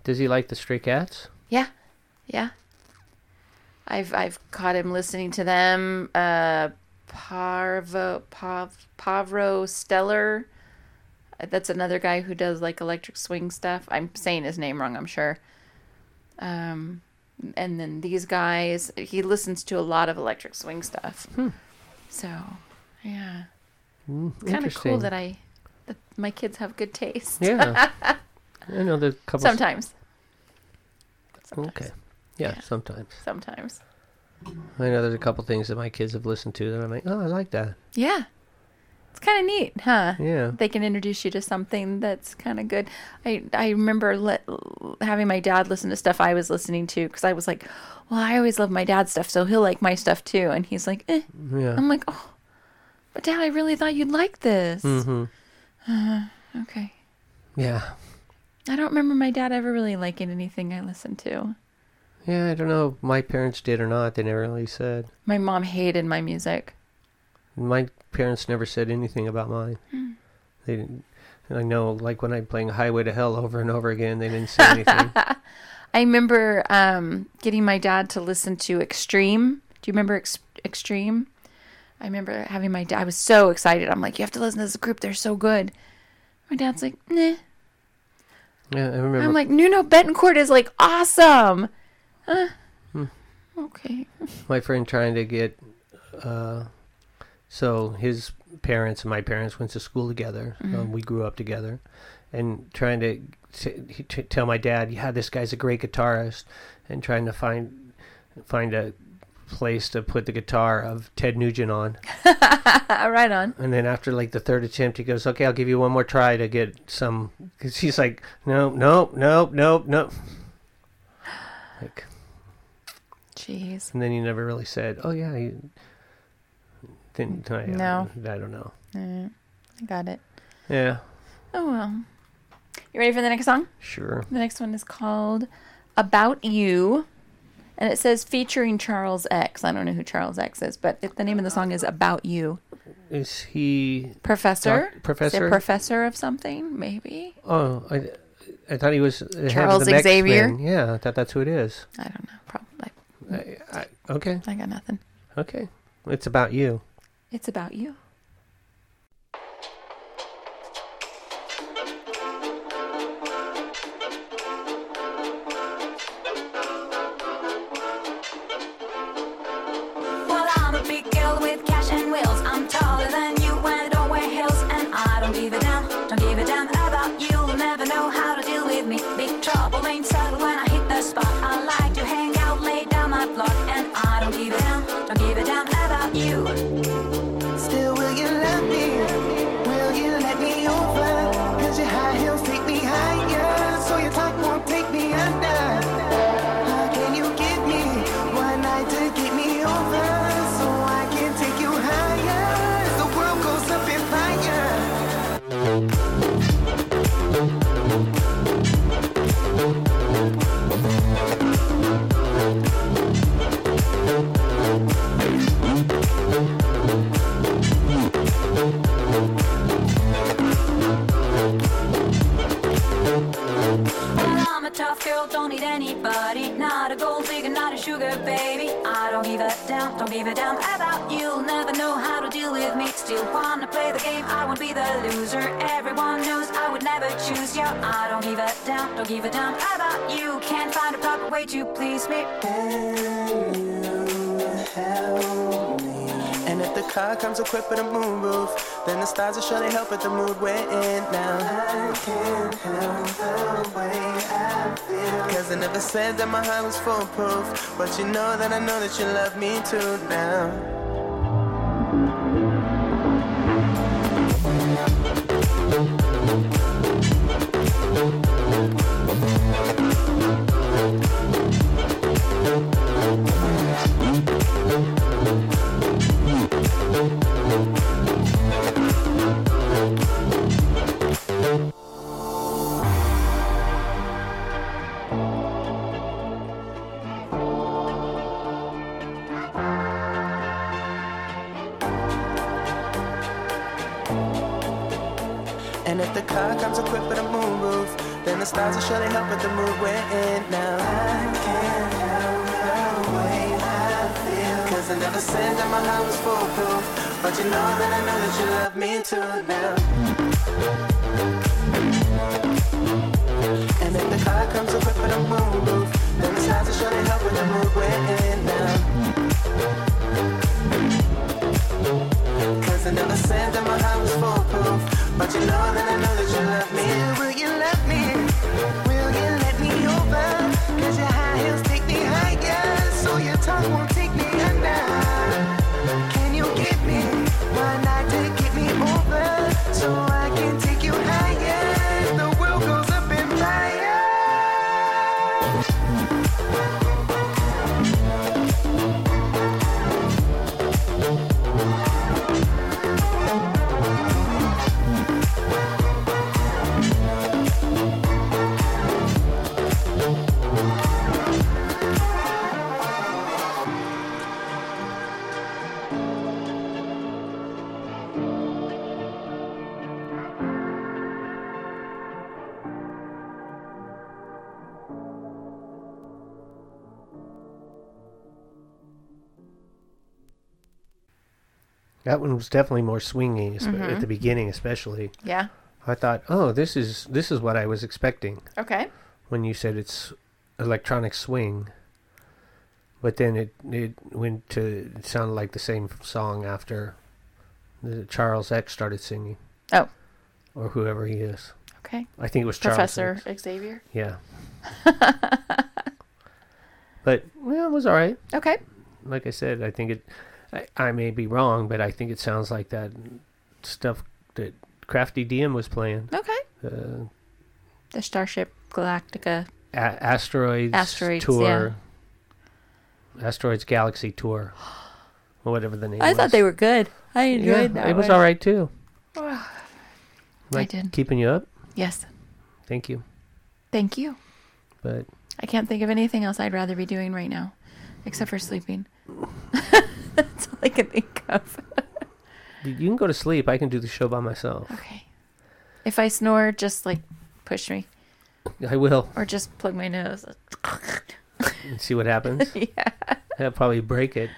Speaker 1: Does he like the Stray Cats?
Speaker 2: yeah, yeah. I've I've caught him listening to them. Uh, Parvo Pav, Pavro Stellar. That's another guy who does like electric swing stuff. I'm saying his name wrong. I'm sure. Um, and then these guys, he listens to a lot of electric swing stuff.
Speaker 1: Hmm.
Speaker 2: So, yeah, kind of cool that I that my kids have good taste.
Speaker 1: Yeah. I know there's a couple.
Speaker 2: Sometimes,
Speaker 1: Okay. Yeah, sometimes.
Speaker 2: sometimes.
Speaker 1: I know there's a couple things that my kids have listened to that I'm like, oh, I like that.
Speaker 2: Yeah. It's kind of neat, huh?
Speaker 1: Yeah.
Speaker 2: They can introduce you to something that's kind of good. I I remember le- having my dad listen to stuff I was listening to because I was like, well, I always love my dad's stuff, so he'll like my stuff too. And he's like, eh.
Speaker 1: Yeah.
Speaker 2: I'm like, oh, but dad, I really thought you'd like this. Uh,
Speaker 1: Mm-hmm.
Speaker 2: Okay.
Speaker 1: Yeah.
Speaker 2: I don't remember my dad ever really liking anything I listened to.
Speaker 1: Yeah, I don't know if my parents did or not. They never really said.
Speaker 2: My mom hated my music.
Speaker 1: My parents never said anything about mine. They didn't. I know, like when I'm playing Highway to Hell over and over again, they didn't say anything.
Speaker 2: I remember um, getting my dad to listen to Extreme. Do you remember Ex- Extreme? I remember having my dad. I was so excited. I'm like, you have to listen to this group. They're so good. My dad's like, nah.
Speaker 1: yeah, I remember.
Speaker 2: I'm like, Nuno Betancourt is like awesome. Uh, Okay.
Speaker 1: my friend trying to get uh so his parents and my parents went to school together um, we grew up together and trying to t- he t- tell my dad yeah this guy's a great guitarist and trying to find find a place to put the guitar of ted nugent on
Speaker 2: right on.
Speaker 1: and then after like the third attempt he goes okay i'll give you one more try to get some because he's like no no no no no like
Speaker 2: Jeez.
Speaker 1: And then you never really said, "Oh yeah." You... Didn't I? uh,
Speaker 2: No.
Speaker 1: I don't know.
Speaker 2: Mm, I got it.
Speaker 1: Yeah,
Speaker 2: Oh, well. You ready for the next song?
Speaker 1: sure.
Speaker 2: The next one is called About You. And it says featuring Charles X. I don't know who Charles X is, but it, the name of the song is About You.
Speaker 1: Is he?
Speaker 2: Professor?
Speaker 1: Doc- professor?
Speaker 2: Is it professor of something, maybe?
Speaker 1: Oh, I, I thought he was the head
Speaker 2: Charles
Speaker 1: of the
Speaker 2: Xavier?
Speaker 1: X-Men. Yeah, I thought that's who it is.
Speaker 2: I don't know. Probably.
Speaker 1: I, I, okay,
Speaker 2: I got nothing.
Speaker 1: okay. It's about you.
Speaker 2: It's about you.
Speaker 3: Well, I'm a big girl with cash and wheels. I'm taller than you and don't wear heels. And I don't give a damn, don't give a damn about you. You'll never know how to deal with me. Big trouble ain't subtle when I hit the spot. I like to hang out, lay down my block. And I don't give a damn, don't give a damn about you.
Speaker 4: Still we
Speaker 3: girl, don't need anybody. Not a gold digger, not a sugar baby. I don't give a damn, don't give a damn about you. You'll never know how to deal with me. Still wanna play the game, I won't be the loser. Everyone knows I would never choose you. I don't give a damn, don't give a damn about you. Can't find a proper way to please me.
Speaker 4: help me. And if the car comes equipped with a moonroof, then the stars will surely help with the mood we're in now. I can't help the way I feel. Cause I never said that my heart was foolproof, but you know that I know that you love me too now. And if the car comes equipped with a moonroof, then the stars will surely help with the mood we're in now. I can't help the way I feel. Cause I never said that my heart was foolproof. But you know that I know that you love me too now. And if the car comes equipped with a moonroof, then the stars will surely help with the mood we're in now. Cause I never said that my heart was foolproof But you know that I know that you love me Will you love me? Will you let me over? Cause your high heels take me higher So your tongue won't take me under Can you give me one night to get me over? So I can take you higher The world goes up in fire
Speaker 1: That one was definitely more swinging espe-
Speaker 2: Mm-hmm.
Speaker 1: at the beginning, especially.
Speaker 2: Yeah.
Speaker 1: I thought, oh, this is this is what I was expecting
Speaker 2: Okay.
Speaker 1: when you said it's electronic swing. But then it it went to it sounded like the same song after the Charles X started singing
Speaker 2: Oh.
Speaker 1: or whoever he is.
Speaker 2: Okay.
Speaker 1: I think it was Charles
Speaker 2: Professor
Speaker 1: X.
Speaker 2: Xavier.
Speaker 1: Yeah. but well, it was all right.
Speaker 2: Okay.
Speaker 1: like I said, I think it. I, I may be wrong, but I think it sounds like that stuff that Crafty DM was playing.
Speaker 2: Okay.
Speaker 1: Uh,
Speaker 2: The Starship Galactica.
Speaker 1: a- asteroids,
Speaker 2: Asteroids,
Speaker 1: tour. Asteroids Galaxy tour, or whatever the name.
Speaker 2: I
Speaker 1: was.
Speaker 2: thought they were good. I
Speaker 1: Yeah,
Speaker 2: enjoyed that.
Speaker 1: it was
Speaker 2: one.
Speaker 1: all right too.
Speaker 2: did.
Speaker 1: keeping you up.
Speaker 2: Yes.
Speaker 1: Thank you,
Speaker 2: Thank you.
Speaker 1: but
Speaker 2: I can't think of anything else I'd rather be doing right now, except for sleeping. That's all I can think of.
Speaker 1: you can go to sleep. I can do the show by myself.
Speaker 2: Okay. If I snore, just like push me
Speaker 1: I will
Speaker 2: or just plug my nose.
Speaker 1: and see what happens.
Speaker 2: yeah.
Speaker 1: I'll probably break it.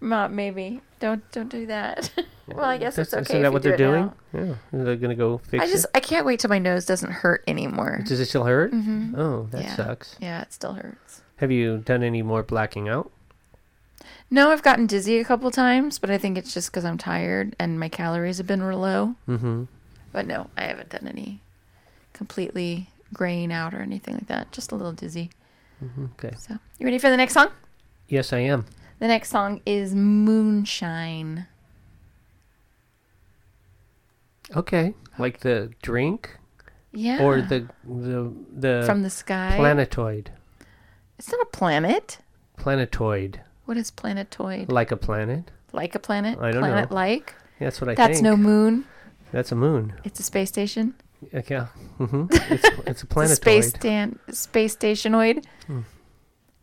Speaker 2: Not maybe. Don't don't do that. well, I guess it's
Speaker 1: That's-
Speaker 2: okay.
Speaker 1: Isn't
Speaker 2: if
Speaker 1: that
Speaker 2: you
Speaker 1: what
Speaker 2: do
Speaker 1: they're
Speaker 2: it now.
Speaker 1: doing? Yeah, they're gonna go fix
Speaker 2: I just
Speaker 1: it.
Speaker 2: I can't wait till my nose doesn't hurt anymore.
Speaker 1: Does it still hurt? Oh, that
Speaker 2: Mm-hmm. Yeah.
Speaker 1: sucks.
Speaker 2: Yeah, it still hurts.
Speaker 1: Have you done any more blacking out?
Speaker 2: No, I've gotten dizzy a couple times, but I think it's just because I'm tired and my calories have been real low.
Speaker 1: Mm-hmm.
Speaker 2: But no, I haven't done any completely graying out or anything like that. Just a little dizzy.
Speaker 1: Mm-hmm. Okay.
Speaker 2: So, you ready for the next song?
Speaker 1: Yes, I am.
Speaker 2: The next song is Moonshine.
Speaker 1: Okay. Like the drink
Speaker 2: Yeah.
Speaker 1: or the uh, the the,
Speaker 2: from the sky.
Speaker 1: planetoid.
Speaker 2: It's not a planet.
Speaker 1: Planetoid.
Speaker 2: What is planetoid?
Speaker 1: Like a planet.
Speaker 2: Like a planet?
Speaker 1: I don't know.
Speaker 2: planet like?
Speaker 1: That's what I
Speaker 2: That's
Speaker 1: think.
Speaker 2: no moon.
Speaker 1: That's a moon.
Speaker 2: It's a space station.
Speaker 1: Okay. hmm It's, it's a
Speaker 2: It's
Speaker 1: planetoid.
Speaker 2: a space stan- space stationoid.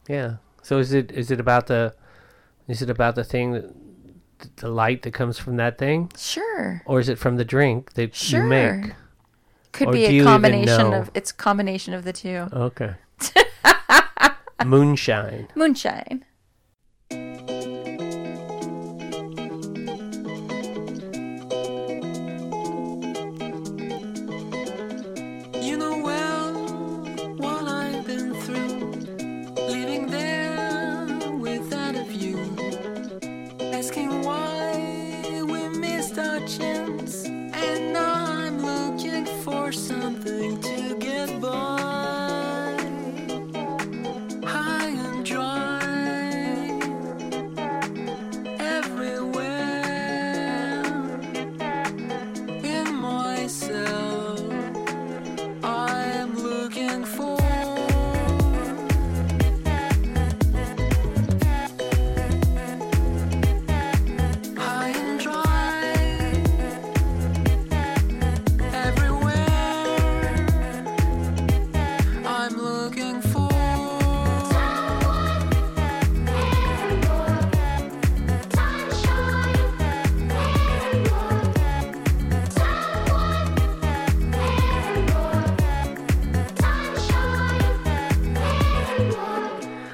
Speaker 1: Yeah. So is it is it about the is it about the thing that the light that comes from that thing,
Speaker 2: Sure.
Speaker 1: or is it from the drink that
Speaker 2: Sure.
Speaker 1: you make?
Speaker 2: Could
Speaker 1: Or
Speaker 2: be
Speaker 1: do you
Speaker 2: a
Speaker 1: even
Speaker 2: combination
Speaker 1: know?
Speaker 2: of it's a combination of the two.
Speaker 1: Okay. Moonshine.
Speaker 2: Moonshine.
Speaker 5: You know well what I've been through, living there without a view, asking why we missed our chance, and now I'm looking for something to get by. High and dry, everywhere in myself. I'm looking for high and dry everywhere. I'm looking for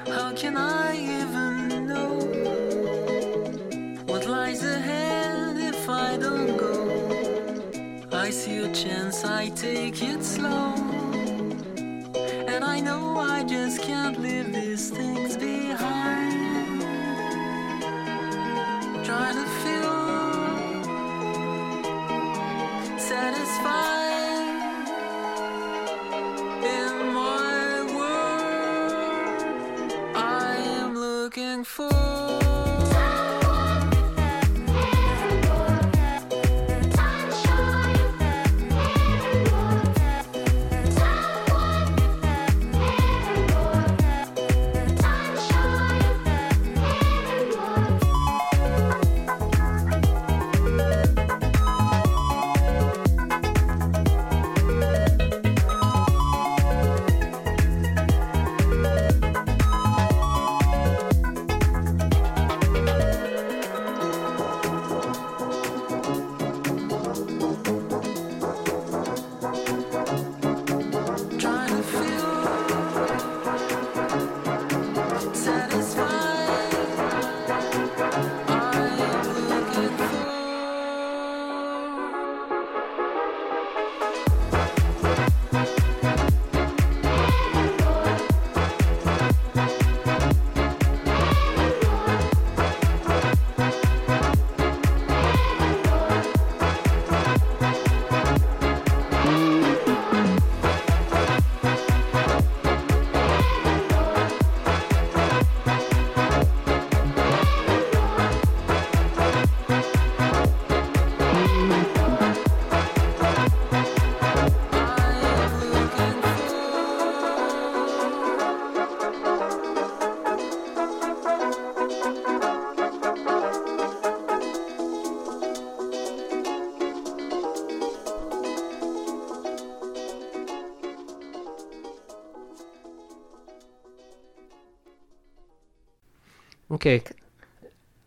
Speaker 5: How can I even know what lies ahead if I don't go? I see a chance, I take it slow. And I know I just can't leave these things behind. Try to feel satisfied in my world. I am looking for trying to feel satisfied. I am looking for.
Speaker 1: Okay.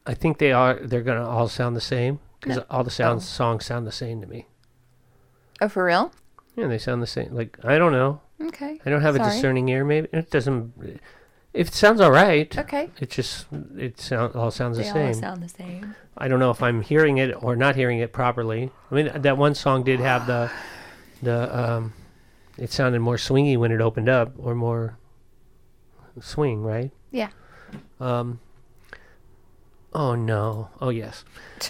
Speaker 1: I think they are. They're gonna all sound the same because all the sounds songs sound the same to me.
Speaker 2: Oh, for real?
Speaker 1: Yeah, they sound the same. Like I don't know.
Speaker 2: Okay.
Speaker 1: I don't have a
Speaker 2: Sorry.
Speaker 1: discerning ear. Maybe it doesn't. If it sounds all right,
Speaker 2: Okay.
Speaker 1: it just it sound all sounds
Speaker 2: They
Speaker 1: the
Speaker 2: all
Speaker 1: same.
Speaker 2: sound the same.
Speaker 1: I don't know if I'm hearing it or not hearing it properly. I mean, that one song did have the the um, it sounded more swingy when it opened up, or more swing, right?
Speaker 2: Yeah.
Speaker 1: Um, oh no! Oh yes.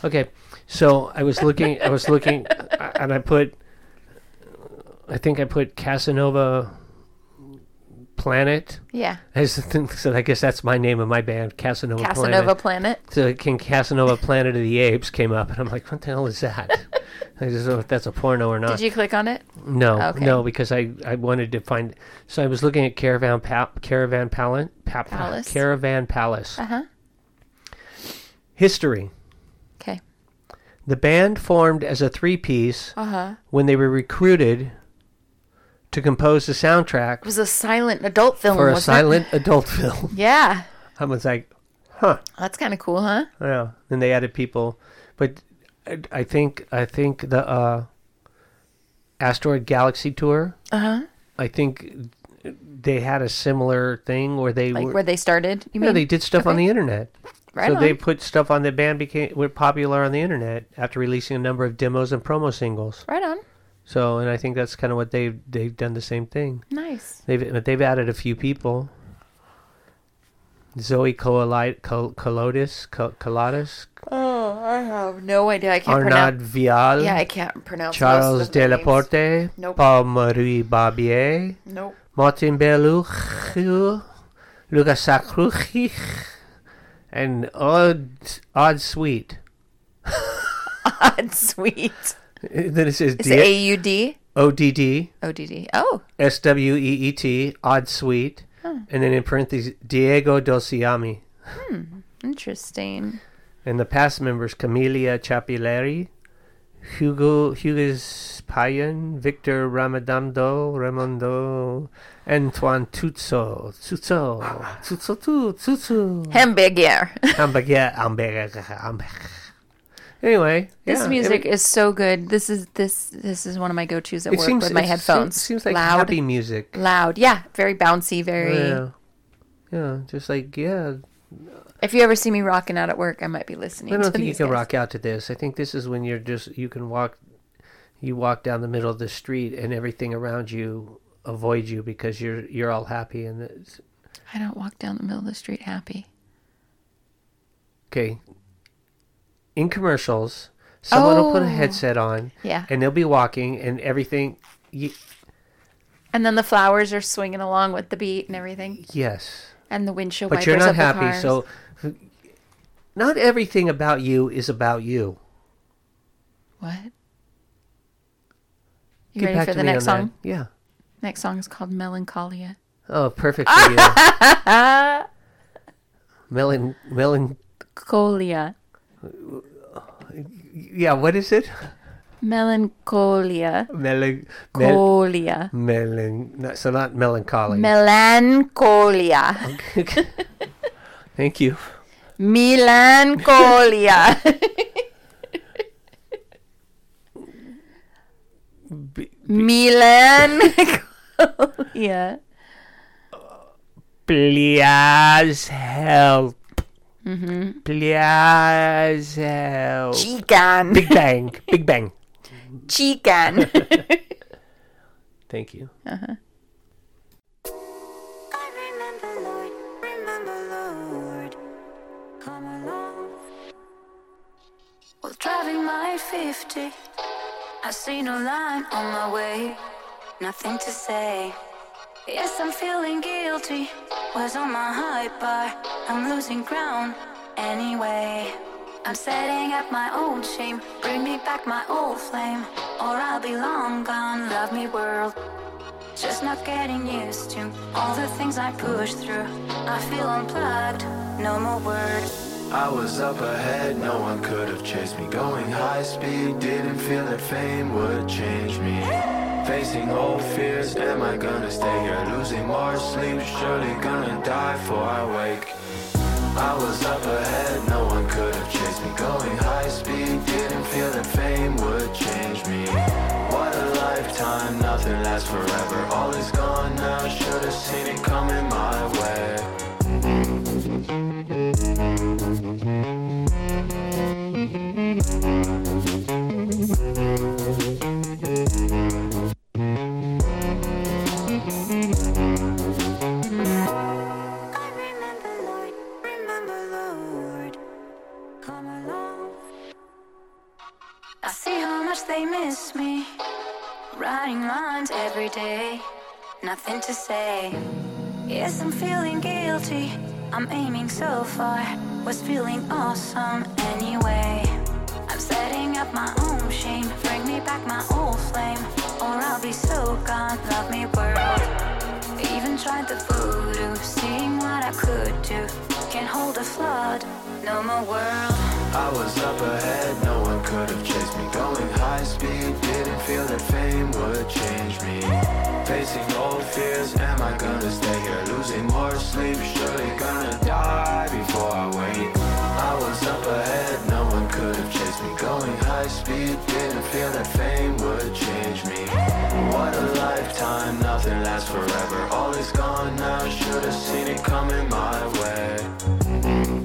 Speaker 1: Okay, so I was looking. I was looking, and I put. I think I put Casanova Planet
Speaker 2: Yeah.
Speaker 1: as the thing. So I guess that's my name of my band, Casanova, Planet.
Speaker 2: Casanova Planet.
Speaker 1: So King Casanova Planet of the Apes came up, and I'm like, what the hell is that? I just don't know if that's a porno or not.
Speaker 2: Did you click on it?
Speaker 1: no,
Speaker 2: Okay.
Speaker 1: no, because I, I wanted to find. So I was looking at Caravan pa- Caravan Palace
Speaker 2: Palace.
Speaker 1: Caravan Palace
Speaker 2: Uh huh.
Speaker 1: history.
Speaker 2: Okay.
Speaker 1: The band formed as a three piece
Speaker 2: Uh-huh.
Speaker 1: when they were recruited to compose the
Speaker 2: It
Speaker 1: soundtrack
Speaker 2: was a silent adult film.
Speaker 1: for a
Speaker 2: wasn't it?
Speaker 1: silent adult film.
Speaker 2: Yeah.
Speaker 1: I was like, huh.
Speaker 2: That's kind of cool, huh?
Speaker 1: Yeah, and they added people, but I, I think I think the uh, asteroid galaxy tour.
Speaker 2: Uh huh.
Speaker 1: I think they had a similar thing where they
Speaker 2: like
Speaker 1: were,
Speaker 2: where they started. You
Speaker 1: yeah, they did stuff on
Speaker 2: Okay.
Speaker 1: the internet.
Speaker 2: Right
Speaker 1: so they
Speaker 2: on.
Speaker 1: put stuff on the band became were popular on the internet after releasing a number of demos and promo singles.
Speaker 2: right on.
Speaker 1: So, and I think that's kind of what they they've done the same thing.
Speaker 2: Nice.
Speaker 1: They've but they've added a few people. Zoe Colodis, Colodis, Colodis,
Speaker 2: Oh, I have no idea. I can't
Speaker 1: Arnaud
Speaker 2: pronounce.
Speaker 1: Vial,
Speaker 2: Yeah, I can't pronounce. most
Speaker 1: Charles
Speaker 2: of the names.
Speaker 1: Delaporte,
Speaker 2: Nope.
Speaker 1: Paul Marie Barbier,
Speaker 2: Nope.
Speaker 1: Martin Belucci, Lucas Sakruchich, and Odd, Odd Sweet.
Speaker 2: Odd sweet.
Speaker 1: Then it says
Speaker 2: It's
Speaker 1: D-
Speaker 2: A U D
Speaker 1: O D D
Speaker 2: O D D. Oh,
Speaker 1: S W E E T, Odd Sweet, and then in parentheses, Diego Dosiami.
Speaker 2: interesting.
Speaker 1: And the past members Camelia Chapilleri, Hugo Hugues Payan, Victor Ramadando, Raimondo, Antoine Tutso, Tutso, Tutso Tu, Tutso,
Speaker 2: Hamburger.
Speaker 1: Hamburger, Hamburger, Hamburger. Anyway,
Speaker 2: This
Speaker 1: yeah,
Speaker 2: music
Speaker 1: it,
Speaker 2: is so good. This is this this is one of my go tos at
Speaker 1: it
Speaker 2: work
Speaker 1: seems
Speaker 2: with my
Speaker 1: it
Speaker 2: headphones.
Speaker 1: Seems, seems like
Speaker 2: loud,
Speaker 1: happy music.
Speaker 2: loud. Yeah, very bouncy. Very.
Speaker 1: Yeah, yeah, just like yeah.
Speaker 2: If you ever see me rocking out at work, I might be listening.
Speaker 1: I don't
Speaker 2: to
Speaker 1: think you
Speaker 2: these
Speaker 1: can
Speaker 2: guys.
Speaker 1: rock out to this. I think this is when you're just you can walk you walk down the middle of the street and everything around you avoids you because you're you're all happy and it's,
Speaker 2: I don't walk down the middle of the street happy.
Speaker 1: okay. In commercials, someone will put a
Speaker 2: Oh.
Speaker 1: headset on
Speaker 2: Yeah.
Speaker 1: and they'll be walking and everything y-
Speaker 2: And then the flowers are swinging along with the beat and everything,
Speaker 1: yes.
Speaker 2: and the windshield
Speaker 1: But
Speaker 2: wipers
Speaker 1: you're not
Speaker 2: of the
Speaker 1: happy,
Speaker 2: cars.
Speaker 1: so not everything about you is about you.
Speaker 2: what? You ready for the
Speaker 1: me
Speaker 2: next
Speaker 1: on that.
Speaker 2: song?
Speaker 1: Yeah.
Speaker 2: Next song is called Melancholia.
Speaker 1: Oh, perfect for you. melon melon
Speaker 2: Colia.
Speaker 1: yeah, what is it?
Speaker 2: Melancholia.
Speaker 1: Melan, mel,
Speaker 2: Colia.
Speaker 1: melan, no, so not melancholy.
Speaker 2: Melancholia.
Speaker 1: Thank you.
Speaker 2: Melancholia. Melancholia.
Speaker 1: Please help.
Speaker 2: Mm-hmm.
Speaker 1: Please help.
Speaker 2: Chican.
Speaker 1: Big bang. Big bang.
Speaker 2: Chican.
Speaker 1: Thank you.
Speaker 3: I remember, Lord, remember, Lord, come along. Well, driving my 50, I seen a line on my way, nothing to say. Yes, I'm feeling guilty, was on my high bar, I'm losing ground anyway. I'm setting up my own shame, bring me back my old flame, or I'll be long gone, love me world. Just not getting used to all the things I push through. I feel unplugged, no more words.
Speaker 6: I was up ahead, no one could have chased me. Going high speed, didn't feel that fame would change me. Facing old fears, am I gonna stay here? Losing more sleep, surely gonna die before I wake. I was up ahead, no one could have chased me. Going high speed, didn't feel that fame would change me. What a lifetime, nothing lasts forever. All is gone now, should've seen it coming my way.
Speaker 3: I remember, Lord, remember, Lord, come along. I see how much they miss me. Writing lines every day, nothing to say. Yes, I'm feeling guilty. I'm aiming so far. Was feeling awesome anyway. I'm setting up my own shame. Bring me back my old flame, or I'll be so gone. Love me, world. Even tried the voodoo, seeing what I could do. Can't hold a flood, no more world.
Speaker 6: I was up ahead, no one could have chased me. Going high speed, didn't feel that fame would change me. Facing old fears, am I gonna stay here? Losing more sleep, surely gonna die before I wake. I was up ahead, no one could have chased me. Going high speed, didn't feel that fame would change me. What a lifetime, nothing lasts forever. All is gone now, should've seen it coming my way.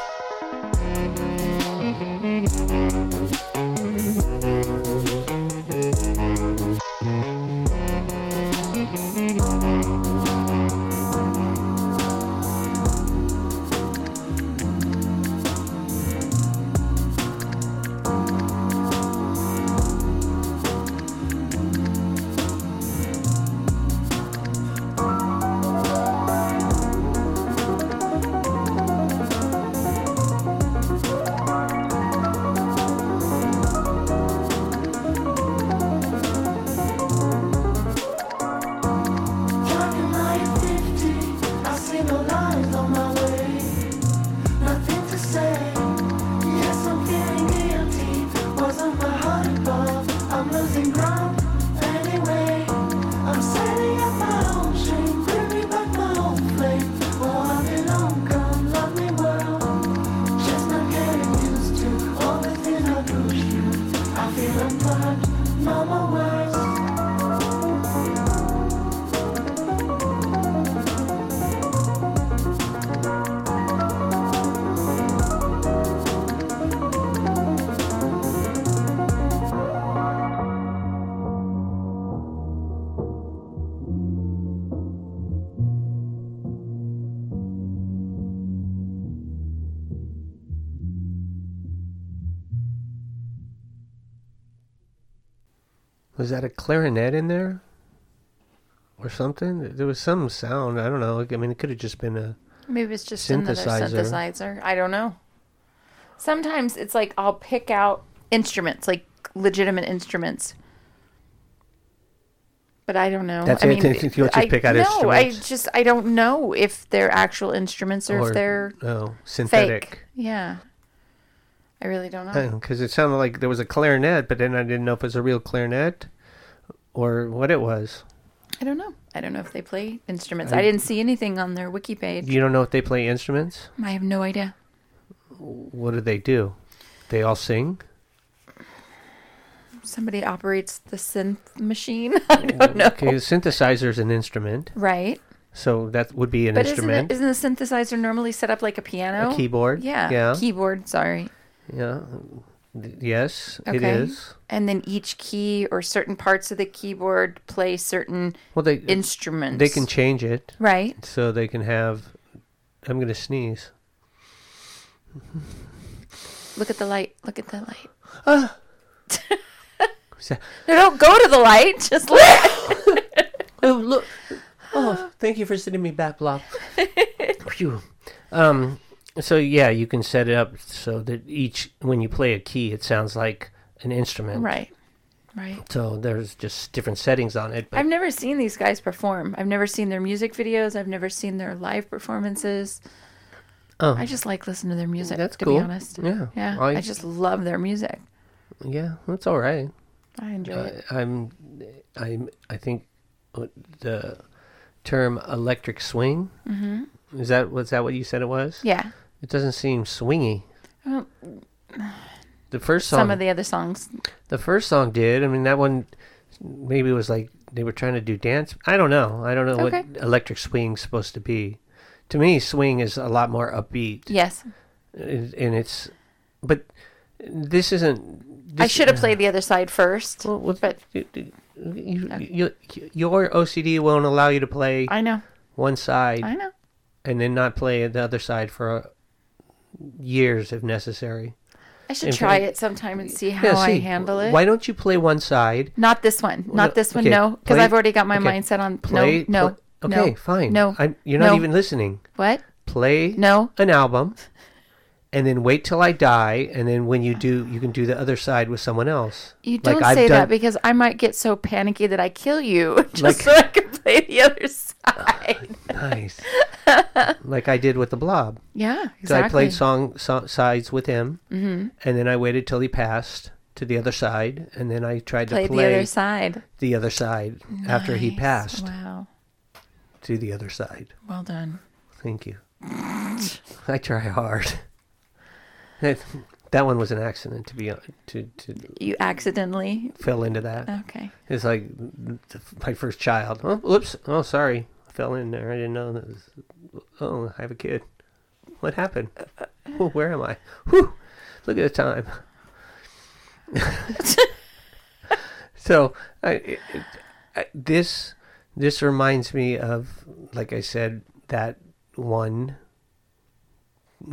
Speaker 7: Driving like 50, I see no lines on my way. Nothing to say. Yes, I'm feeling guilty. Wasn't my heart above? I'm losing ground anyway. I'm setting up my own shame. Bring me back my own flame. Oh, I belong, come love me well. Just not getting used to all the things I pushed through. I feel unplugged, no more words.
Speaker 1: Was that a clarinet in there? Or something? There was some sound. I don't know. I mean, it could have just been a.
Speaker 2: Maybe it's just another
Speaker 1: Synthesizer.
Speaker 2: synthesizer. I don't know. Sometimes it's like I'll pick out instruments, like legitimate instruments. But I don't know.
Speaker 1: That's
Speaker 2: I
Speaker 1: it? Think you'll just
Speaker 2: I-
Speaker 1: pick out
Speaker 2: no, I
Speaker 1: instruments?
Speaker 2: just I don't know if they're actual instruments or, if they're
Speaker 1: Oh,
Speaker 2: fake.
Speaker 1: synthetic.
Speaker 2: Yeah. I really don't know.
Speaker 1: Because Uh, it sounded like there was a clarinet, but then I didn't know if it was a real clarinet or what it was.
Speaker 2: I don't know. I don't know if they play instruments. I, didn't see anything on their wiki page.
Speaker 1: You don't know if they play instruments?
Speaker 2: I have no idea.
Speaker 1: What do they do? They all sing?
Speaker 2: Somebody operates the synth machine. I don't know.
Speaker 1: Oh, Okay, a synthesizer is an instrument,
Speaker 2: Right.
Speaker 1: so that would be an
Speaker 2: But isn't,
Speaker 1: instrument.
Speaker 2: it, isn't the synthesizer normally set up like a piano?
Speaker 1: a keyboard.
Speaker 2: Yeah.
Speaker 1: Yeah.
Speaker 2: Keyboard, sorry.
Speaker 1: yeah. Th- Yes, it
Speaker 2: Okay.
Speaker 1: is.
Speaker 2: And then each key or certain parts of the keyboard play certain
Speaker 1: Well, they
Speaker 2: instruments.
Speaker 1: they can change it
Speaker 2: Right.
Speaker 1: so they can have. I'm gonna sneeze.
Speaker 2: Look at the light. Look at the light.
Speaker 1: Ah. So-
Speaker 2: No, don't go to the light. Just look.
Speaker 1: Oh look! Oh, thank you for sending me back, Blob. Phew. Um. So yeah, you can set it up so that each when you play a key, it sounds like an instrument.
Speaker 2: right. Right.
Speaker 1: So there's just different settings on it. But
Speaker 2: I've never seen these guys perform. I've never seen their music videos. I've never seen their live performances.
Speaker 1: Oh.
Speaker 2: I just like listening to their music.
Speaker 1: That's
Speaker 2: to
Speaker 1: cool.
Speaker 2: be honest.
Speaker 1: Yeah.
Speaker 2: Yeah.
Speaker 1: I-
Speaker 2: I, just love their music.
Speaker 1: yeah, that's all right.
Speaker 2: I enjoy
Speaker 1: Uh,
Speaker 2: it.
Speaker 1: I'm, I'm, I think what the term electric swing. Mm-hmm. Is that was that what you said it was?
Speaker 2: Yeah.
Speaker 1: It doesn't seem swingy.
Speaker 2: Well,
Speaker 1: The first song,
Speaker 2: Some of the other songs.
Speaker 1: the first song did. I mean, that one maybe it was like they were trying to do dance. I don't know. I don't know
Speaker 2: Okay.
Speaker 1: what electric swing's supposed to be. To me, swing is a lot more upbeat,
Speaker 2: Yes.
Speaker 1: and and it's, but this isn't. This,
Speaker 2: I should have played the other side first.
Speaker 1: Well, well,
Speaker 2: but
Speaker 1: you, you, you, your OCD won't allow you to play
Speaker 2: I know.
Speaker 1: one side
Speaker 2: I know.
Speaker 1: and then not play the other side for uh, years if necessary.
Speaker 2: I should
Speaker 1: In
Speaker 2: try
Speaker 1: fact-
Speaker 2: it sometime and see how I
Speaker 1: see,
Speaker 2: handle it.
Speaker 1: Why don't you play one side?
Speaker 2: Not this one. Not this one.
Speaker 1: okay,
Speaker 2: No, because
Speaker 1: play-
Speaker 2: I've already got my
Speaker 1: okay,
Speaker 2: mindset on.
Speaker 1: Play,
Speaker 2: no. No.
Speaker 1: pl-
Speaker 2: no,
Speaker 1: okay, fine.
Speaker 2: No.
Speaker 1: I'm, you're not
Speaker 2: no.
Speaker 1: even listening.
Speaker 2: What?
Speaker 1: Play
Speaker 2: No.
Speaker 1: an album, and then wait till I die, and then when you do, you can do the other side with someone else.
Speaker 2: You
Speaker 1: Like
Speaker 2: don't
Speaker 1: I've
Speaker 2: say that
Speaker 1: done-
Speaker 2: because I might get so panicky that I kill you just
Speaker 1: Like-
Speaker 2: so I can play the other side.
Speaker 1: nice, like I did with the Blob.
Speaker 2: yeah, exactly. Mm-hmm.
Speaker 1: So I played song, so- sides with him, and then I waited till he passed to the other side, and then I tried
Speaker 2: Play
Speaker 1: to play
Speaker 2: the other side
Speaker 1: side after he
Speaker 2: Nice.
Speaker 1: passed
Speaker 2: Wow,
Speaker 1: to the other side.
Speaker 2: well done.
Speaker 1: Thank you. I try hard. That- That one was an accident to be hon- to to
Speaker 2: You accidentally.
Speaker 1: fell into that.
Speaker 2: Okay.
Speaker 1: It's like the, my first child. Oh, oops. Oh, sorry. Fell in there. I didn't know. That was, oh, I have a kid. What happened? Oh, where am I? Whew. Look at the time. so I, it, it- I, this this reminds me of, like I said, that one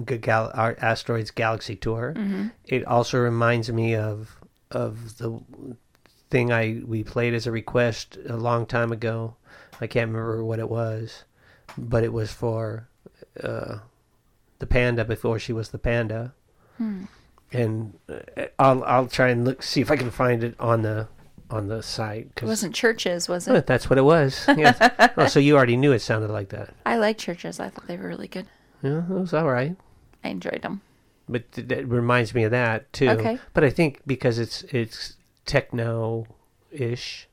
Speaker 1: g- gal- our asteroids galaxy tour.
Speaker 2: Mm-hmm.
Speaker 1: It also reminds me of of the thing I we played as a request a long time ago. I can't remember what it was, but it was for uh, the panda before she was the panda.
Speaker 2: Hmm.
Speaker 1: And uh, I'll I'll try and look see if I can find it on the on the site
Speaker 2: It
Speaker 1: 'cause-
Speaker 2: wasn't churches, was
Speaker 1: Huh,
Speaker 2: it?
Speaker 1: that's what it was. Yes. oh, so you already knew it sounded like that.
Speaker 2: I like churches. I thought they were really good.
Speaker 1: Yeah, it was all right.
Speaker 2: I enjoyed them.
Speaker 1: but th- that reminds me of that too.
Speaker 2: Okay.
Speaker 1: But I think because it's it's techno ish,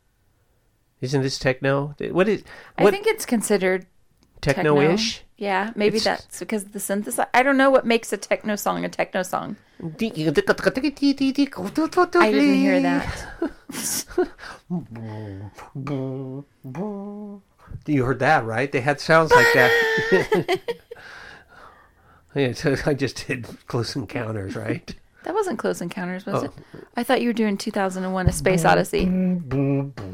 Speaker 1: isn't this techno? What is
Speaker 2: I
Speaker 1: what
Speaker 2: think it's considered
Speaker 1: techno ish?
Speaker 2: Yeah, maybe
Speaker 1: It's-
Speaker 2: that's because the synthesizer. I don't know what makes a techno song a techno song.
Speaker 1: I
Speaker 2: I didn't
Speaker 1: didn't
Speaker 2: hear that.
Speaker 1: You heard that right? They had sounds like that. yeah, so I just did close encounters, right?
Speaker 2: That wasn't Close Encounters, was
Speaker 1: Oh. Mm-hmm.
Speaker 2: it? I thought you were doing 2001: A Space Odyssey.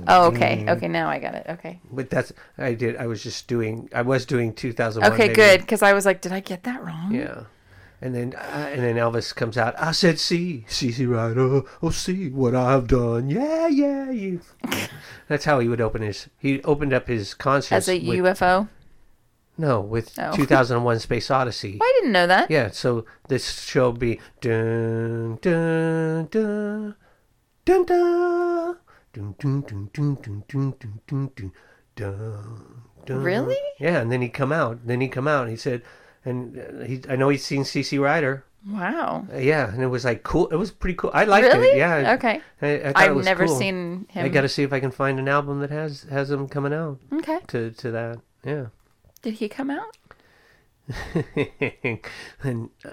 Speaker 2: Oh, okay. Okay, now I got it. Okay.
Speaker 1: But that's I did. I was just doing. I was doing 2001.
Speaker 2: Okay,
Speaker 1: maybe.
Speaker 2: good. Because I was like, did I get that wrong?
Speaker 1: Yeah. And then uh, and then Elvis comes out. I said, "See, see, see, right? Oh, oh, see what I've done. Yeah, yeah, you." That's how he would open his. He opened up his concert
Speaker 2: As a
Speaker 1: with,
Speaker 2: UFO.
Speaker 1: No, with
Speaker 2: Oh.
Speaker 1: 2001: Space Odyssey.
Speaker 2: I didn't know that.
Speaker 1: Yeah. So this show would be dun dun dun dun dun dun dun dun dun dun dun dun dun dun dun. dun.
Speaker 2: Really?
Speaker 1: Yeah. And then he'd come out. Then he'd come out. And he said, and uh, he. I know he's seen CC Rider.
Speaker 2: Wow.
Speaker 1: Uh, Yeah, and it was like cool. It was pretty cool. I liked
Speaker 2: Really?
Speaker 1: it. Yeah.
Speaker 2: Okay.
Speaker 1: I, I thought it
Speaker 2: I've
Speaker 1: was
Speaker 2: never
Speaker 1: cool.
Speaker 2: seen him.
Speaker 1: I got to see if I can find an album that has has him coming out
Speaker 2: Okay.
Speaker 1: to to that. Yeah.
Speaker 2: Did he come out?
Speaker 1: and uh,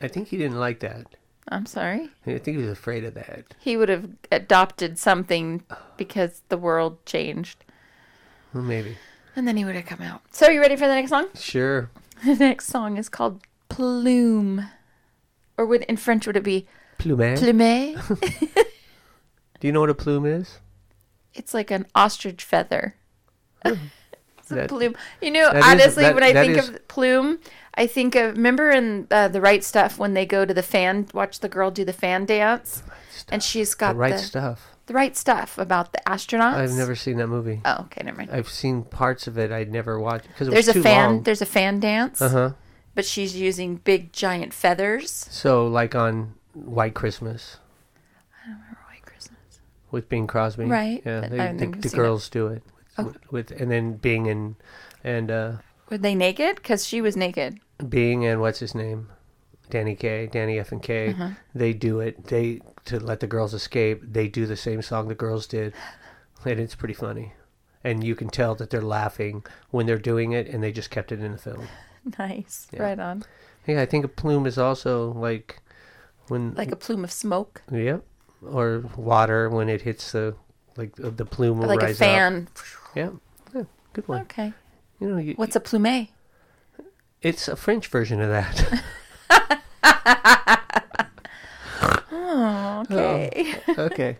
Speaker 1: I think he didn't like that.
Speaker 2: I'm sorry.
Speaker 1: I think he was afraid of that.
Speaker 2: He would have adopted something because the world changed.
Speaker 1: Well, maybe.
Speaker 2: And then he would have come out. So, are you ready for the next song?
Speaker 1: Sure.
Speaker 2: The next song is called Plume. Or would in French would it be
Speaker 1: Plume.
Speaker 2: plume?
Speaker 1: Do you know what a plume is?
Speaker 2: it's like an ostrich feather. it's a
Speaker 1: That-
Speaker 2: plume. You know,
Speaker 1: that is-
Speaker 2: honestly,
Speaker 1: that-
Speaker 2: when I
Speaker 1: that
Speaker 2: think
Speaker 1: is-
Speaker 2: of plume, I think of remember in uh, the right stuff when they go to the fan, watch the girl do the fan dance, and she's got
Speaker 1: The right
Speaker 2: the,
Speaker 1: stuff.
Speaker 2: the right stuff about the astronauts.
Speaker 1: I've never seen that movie.
Speaker 2: Oh, okay, never mind.
Speaker 1: I've seen parts of it. I'd never watched because it
Speaker 2: There's
Speaker 1: was
Speaker 2: a
Speaker 1: too
Speaker 2: fan.
Speaker 1: long.
Speaker 2: There's a fan dance,
Speaker 1: Uh huh.
Speaker 2: but she's using big giant feathers.
Speaker 1: So like on White Christmas.
Speaker 2: White Christmas.
Speaker 1: with Bing Crosby,
Speaker 2: Right.
Speaker 1: Yeah,
Speaker 2: But
Speaker 1: they,
Speaker 2: I
Speaker 1: the-
Speaker 2: think I've
Speaker 1: the
Speaker 2: seen it.
Speaker 1: girls do it with, with, and then Bing and and uh,
Speaker 2: Were they naked? Because she was naked.
Speaker 1: Bing and what's his name, Danny K, Danny F and K.
Speaker 2: Uh-huh.
Speaker 1: They do it. They to let the girls escape. They do the same song the girls did, and it's pretty funny. And you can tell that they're laughing when they're doing it, and they just kept it in the film.
Speaker 2: Nice. Right on.
Speaker 1: Yeah, I think a plume is also like when
Speaker 2: Like a plume of smoke.
Speaker 1: yep or water when it hits the like uh, the- the plume will
Speaker 2: like a
Speaker 1: rise up.
Speaker 2: fan.
Speaker 1: Yeah, yeah, good one.
Speaker 2: Okay.
Speaker 1: You know, you,
Speaker 2: What's a plume?
Speaker 1: It's a French version of that. Oh.
Speaker 2: Okay.
Speaker 1: okay.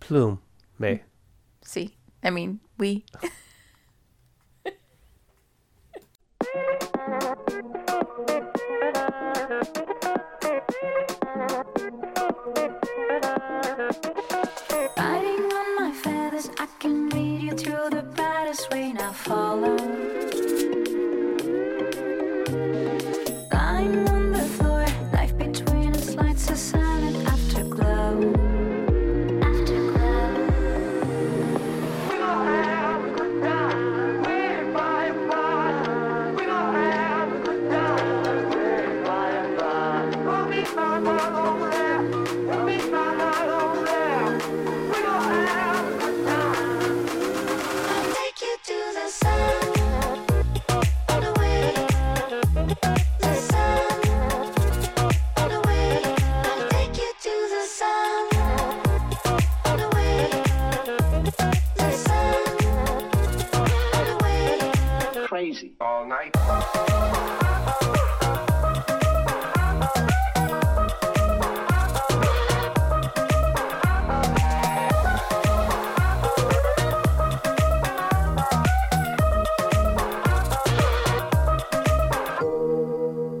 Speaker 1: Plume. May.
Speaker 2: See, I mean, we.
Speaker 3: Riding on my feathers, I can lead you through the brightest way. Now follow. Lying on the floor, life between us lights a silent afterglow. Afterglow. I'll take you to the sun, all the way. The sun, all
Speaker 8: crazy.
Speaker 6: all night.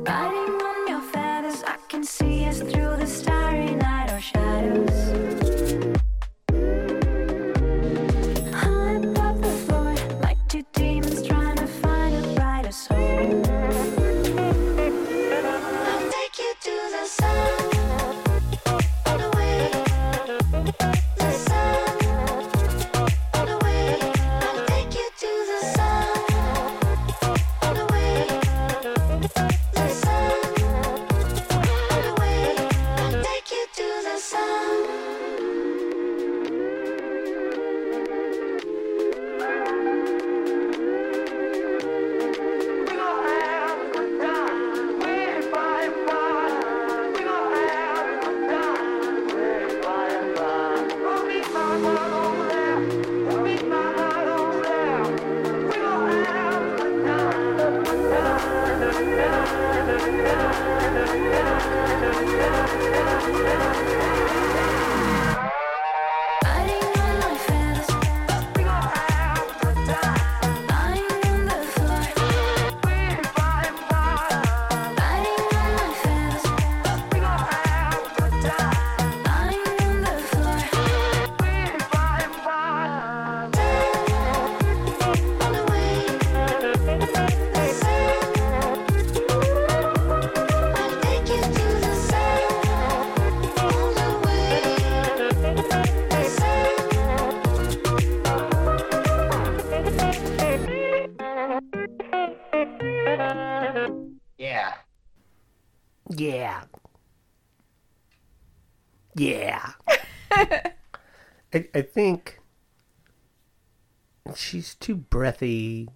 Speaker 3: Riding on your feathers, I can see us through the starry night or shadows. High above the floor, like two demons trying to find a brighter soul. I'll take you to the sun. all the way. The sun, all the way. I'll take you to the sun, all the way. The sun, all the way. I'll take you to the sun. Riding on my feathers, lying on the floor. Riding on my feathers, lying on the floor. All the way, the sun. I'll take you to the sun. All the way, the sun.
Speaker 8: Yeah.
Speaker 1: Yeah. Yeah. I, I think she's too breathy,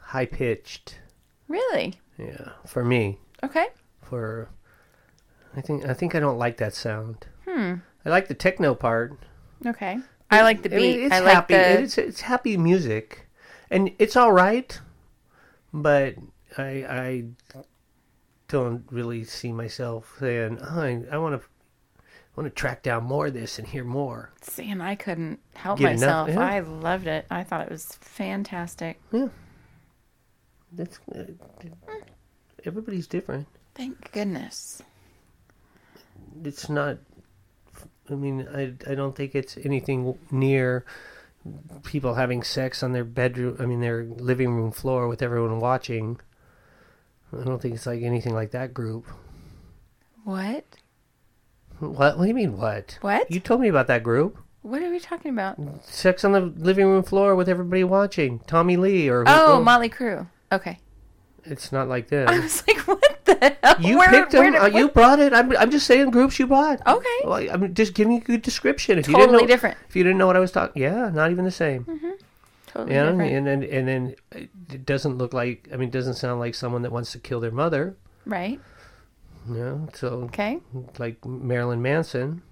Speaker 1: high pitched.
Speaker 2: Really?
Speaker 1: Yeah, for me.
Speaker 2: Okay.
Speaker 1: For I think I think I don't like that sound. Hmm. I like the techno part.
Speaker 2: Okay. I like the
Speaker 1: I mean,
Speaker 2: beat.
Speaker 1: it's
Speaker 2: I like
Speaker 1: happy.
Speaker 2: the.
Speaker 1: It's it's happy music, and it's all right. But I I don't really see myself saying "Oh, I I want to want to track down more of this and hear more.
Speaker 2: See, and I couldn't help
Speaker 1: Get enough-
Speaker 2: myself.
Speaker 1: yeah.
Speaker 2: I loved it. I thought it was fantastic.
Speaker 1: That's uh, everybody's different.
Speaker 2: Thank goodness.
Speaker 1: It's not. I mean, I I don't think it's anything near people having sex on their bedroom. I mean, their living room floor with everyone watching. I don't think it's like anything like that group.
Speaker 2: What?
Speaker 1: What? What do you mean? What?
Speaker 2: What?
Speaker 1: You told me about that group.
Speaker 2: What are we talking about?
Speaker 1: Sex on the living room floor with everybody watching. Tommy Lee or
Speaker 2: Oh,
Speaker 1: who-
Speaker 2: Motley Crue. Okay.
Speaker 1: It's not like
Speaker 2: I
Speaker 1: this.
Speaker 2: was like, what the hell?
Speaker 1: You
Speaker 2: Where-
Speaker 1: picked
Speaker 2: where
Speaker 1: them.
Speaker 2: did-
Speaker 1: uh, you
Speaker 2: what-
Speaker 1: brought it. I'm, I'm just saying groups you brought.
Speaker 2: Okay.
Speaker 1: Well, I'm just giving you a good description. If you
Speaker 2: Totally
Speaker 1: didn't know,
Speaker 2: different.
Speaker 1: If you didn't know what I was talking, yeah, not even the same.
Speaker 2: Totally
Speaker 1: Yeah,
Speaker 2: different.
Speaker 1: and then and then it doesn't look like. I mean, it doesn't sound like someone that wants to kill their mother.
Speaker 2: Right.
Speaker 1: You know, so
Speaker 2: Okay.
Speaker 1: like Marilyn Manson.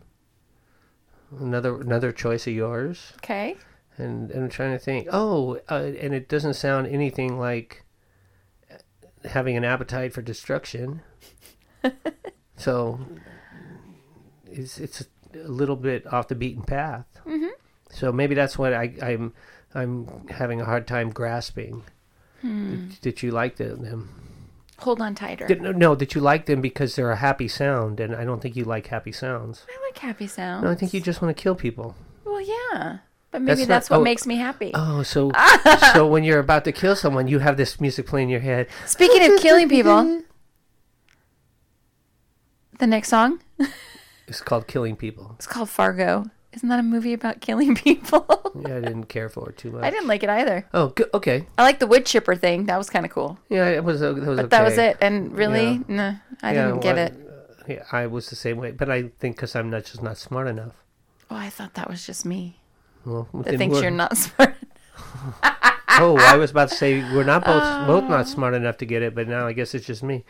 Speaker 1: Another another choice of yours.
Speaker 2: Okay.
Speaker 1: and, and I'm trying to think. Oh, uh, and it doesn't sound anything like having an appetite for destruction. so it's it's a little bit off the beaten path. Mm-hmm. So maybe that's what I, I'm I'm having a hard time grasping. That, that you like them? them.
Speaker 2: Hold on tighter.
Speaker 1: That- no, no, that you like them because they're a happy sound, and I don't think you like happy sounds.
Speaker 2: I like happy sound.
Speaker 1: No, I think you just want to kill people.
Speaker 2: Well, yeah. But maybe
Speaker 1: not-
Speaker 2: that's, what
Speaker 1: oh.
Speaker 2: makes me happy.
Speaker 1: Oh, so so when you're about to kill someone, you have this music playing in your head.
Speaker 2: Speaking of killing people, the next song
Speaker 1: It's called Killing People.
Speaker 2: is called Fargo. Isn't that a movie about killing people?
Speaker 1: Yeah, I didn't care for it too much.
Speaker 2: I didn't like it either.
Speaker 1: Oh, good. okay.
Speaker 2: I like the wood chipper thing. That was kind of cool.
Speaker 1: Yeah, it was. That was
Speaker 2: But
Speaker 1: okay.
Speaker 2: that was it. And really, nah, I
Speaker 1: Yeah,
Speaker 2: didn't get
Speaker 1: well, uh,
Speaker 2: it.
Speaker 1: Yeah, I was the same way, but I think because I'm not just not smart enough.
Speaker 2: Oh, I thought that was just me
Speaker 1: Well,
Speaker 2: that
Speaker 1: then
Speaker 2: thinks
Speaker 1: we're-
Speaker 2: you're not smart.
Speaker 1: Oh, I was about to say we're not both both not smart enough to get it, but now I guess it's just me.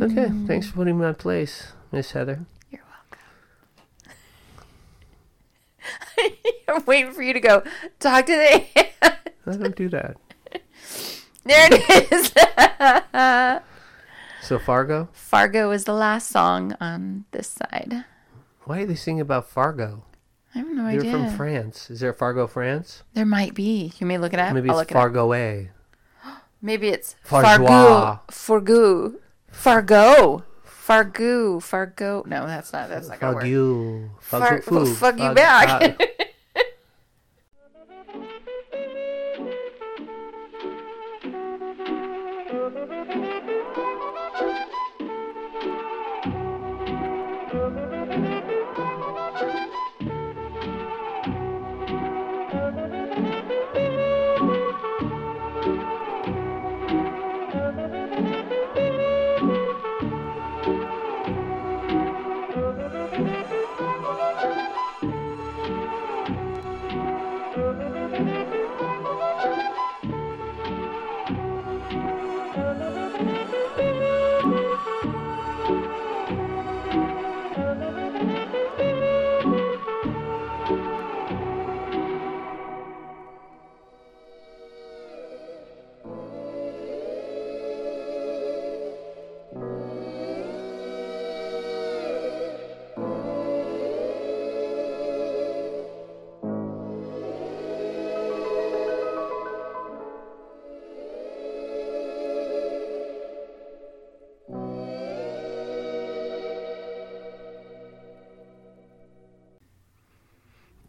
Speaker 1: Okay,
Speaker 2: Mm-hmm.
Speaker 1: thanks for putting me in place, Miss Heather.
Speaker 2: You're welcome. I'm waiting for you to go talk to the.
Speaker 1: I don't do that.
Speaker 2: There it is.
Speaker 1: So Fargo?
Speaker 2: Fargo is the last song on this side.
Speaker 1: Why are they singing about Fargo?
Speaker 2: I have no
Speaker 1: They're
Speaker 2: idea.
Speaker 1: from France. Is there Fargo, France?
Speaker 2: There might be. You may look it up.
Speaker 1: Maybe
Speaker 2: I'll
Speaker 1: it's
Speaker 2: look it up.
Speaker 1: Fargo A.
Speaker 2: Maybe it's Fargo.
Speaker 1: Fargois.
Speaker 2: Fargo. Fargo. Fargo. Fargo. No, that's not. That's not gonna
Speaker 1: Fuck
Speaker 2: work.
Speaker 1: you. Fuck,
Speaker 2: Far-
Speaker 1: you, Uh, foo.
Speaker 2: fuck you
Speaker 1: Fuck-
Speaker 2: back.
Speaker 1: fuck.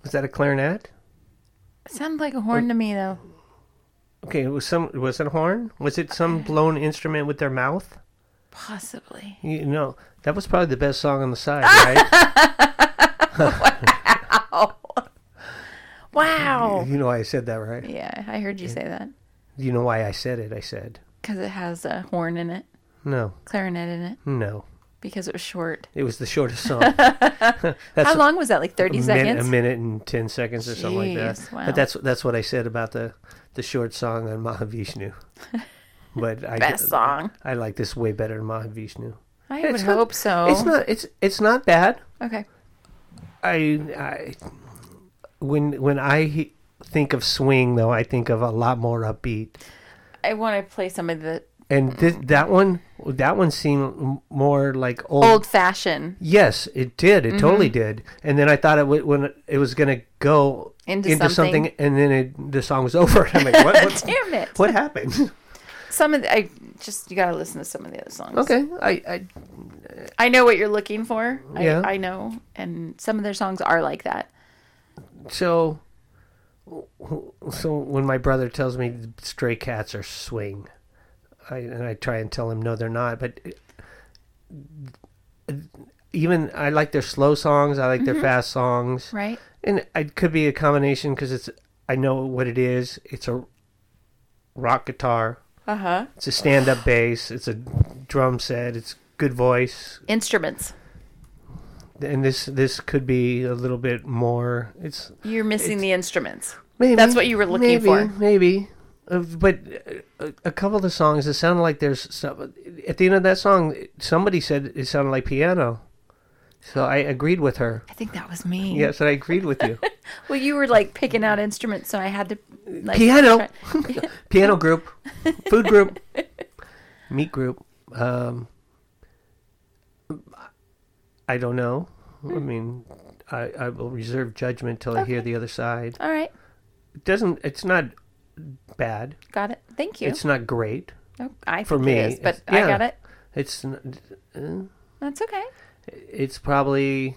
Speaker 1: Was that a clarinet?
Speaker 2: Sounds like a horn to me, though.
Speaker 1: Okay, it was some was it a horn? Was it some blown instrument with their mouth?
Speaker 2: Possibly.
Speaker 1: You know, that was probably the best song on the side, right?
Speaker 2: Wow.
Speaker 1: you know why I said that, right?
Speaker 2: Yeah, I heard you say that
Speaker 1: You know why I said it, I said.
Speaker 2: because it has a horn in it,
Speaker 1: No,
Speaker 2: clarinet in it,
Speaker 1: no.
Speaker 2: because it was short.
Speaker 1: It was the shortest song. That's
Speaker 2: How long was that? Like
Speaker 1: a,
Speaker 2: thirty
Speaker 1: min- a
Speaker 2: seconds.
Speaker 1: minute and ten seconds or something like that.
Speaker 2: Jeez, wow.
Speaker 1: But that's that's what I said about the, the short song on Mahavishnu. But I
Speaker 2: Best song.
Speaker 1: I like this way better than Mahavishnu.
Speaker 2: I
Speaker 1: It's
Speaker 2: would
Speaker 1: not-
Speaker 2: hope so.
Speaker 1: It's not it's it's not bad.
Speaker 2: okay.
Speaker 1: I, I when when I he- think of swing though, I think of a lot more upbeat.
Speaker 2: I want to play some of the
Speaker 1: And thi- that one that one seemed m- more like old.
Speaker 2: old fashioned.
Speaker 1: Yes, it did. It totally did. And then I thought it w- when it was going to go
Speaker 2: Into something.
Speaker 1: and then it, the song was over. I'm like, what? What,
Speaker 2: Damn it.
Speaker 1: what happened?
Speaker 2: Some of the, I just you got to listen to some of the other songs.
Speaker 1: okay, I, I
Speaker 2: I know what you're looking for.
Speaker 1: Yeah.
Speaker 2: I, I know, and some of their songs are like that.
Speaker 1: so so when my brother tells me stray cats are swing I, and i try and tell him no they're not but uh, even i like their slow songs i like their fast songs
Speaker 2: Right.
Speaker 1: and it could be a combination because it's i know what it is it's a rock guitar
Speaker 2: Uh huh.
Speaker 1: it's a stand-up bass it's a drum set it's good voice
Speaker 2: Instruments.
Speaker 1: and this this could be a little bit more it's
Speaker 2: You're missing the instruments.
Speaker 1: Maybe
Speaker 2: That's what you were looking
Speaker 1: maybe,
Speaker 2: for.
Speaker 1: Maybe, uh, but uh, a, a couple of the songs it sounded like there's some, at the end of that song somebody said it sounded like piano, so I agreed with her.
Speaker 2: I think that was me.
Speaker 1: Yes, and I agreed with you.
Speaker 2: Well, you were like picking out instruments, so I had to like
Speaker 1: piano,
Speaker 2: try-
Speaker 1: piano group, food group, meat group. Um, I don't know. I
Speaker 2: Hmm.
Speaker 1: mean, I, I will reserve judgment till I hear the other side.
Speaker 2: All right,
Speaker 1: It doesn't. It's not bad.
Speaker 2: got it. Thank you.
Speaker 1: It's not great.
Speaker 2: Oh, I
Speaker 1: for
Speaker 2: think it
Speaker 1: me,
Speaker 2: is, but
Speaker 1: it's-
Speaker 2: I got
Speaker 1: yeah.
Speaker 2: it.
Speaker 1: It's n-
Speaker 2: That's okay.
Speaker 1: it's probably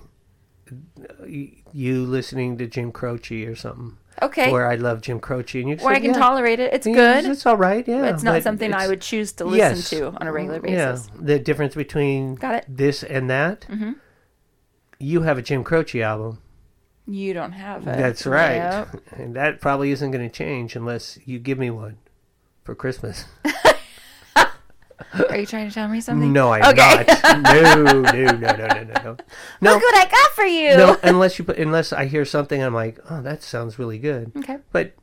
Speaker 1: you listening to Jim Croce or something.
Speaker 2: Okay.
Speaker 1: Where I love Jim Croce, and you
Speaker 2: Where I
Speaker 1: say,
Speaker 2: can
Speaker 1: yeah,
Speaker 2: tolerate it. It's
Speaker 1: yeah,
Speaker 2: good.
Speaker 1: It's all right. Yeah,
Speaker 2: it's not
Speaker 1: but
Speaker 2: something I
Speaker 1: it's-
Speaker 2: would choose to listen
Speaker 1: yes.
Speaker 2: to on a regular
Speaker 1: Yeah,
Speaker 2: basis.
Speaker 1: the difference between
Speaker 2: Got it.
Speaker 1: this and that. Mm-hmm. You have a Jim Croce album.
Speaker 2: You don't have it.
Speaker 1: That's right,
Speaker 2: Yep.
Speaker 1: and that probably isn't going to change unless you give me one for Christmas.
Speaker 2: Are you trying to tell me something?
Speaker 1: No, I'm not. No, no, no, no, no, no, no. No,
Speaker 2: Look what I got for you.
Speaker 1: no, unless you put, unless I hear something, I'm like, oh, that sounds really good.
Speaker 2: Okay.
Speaker 1: But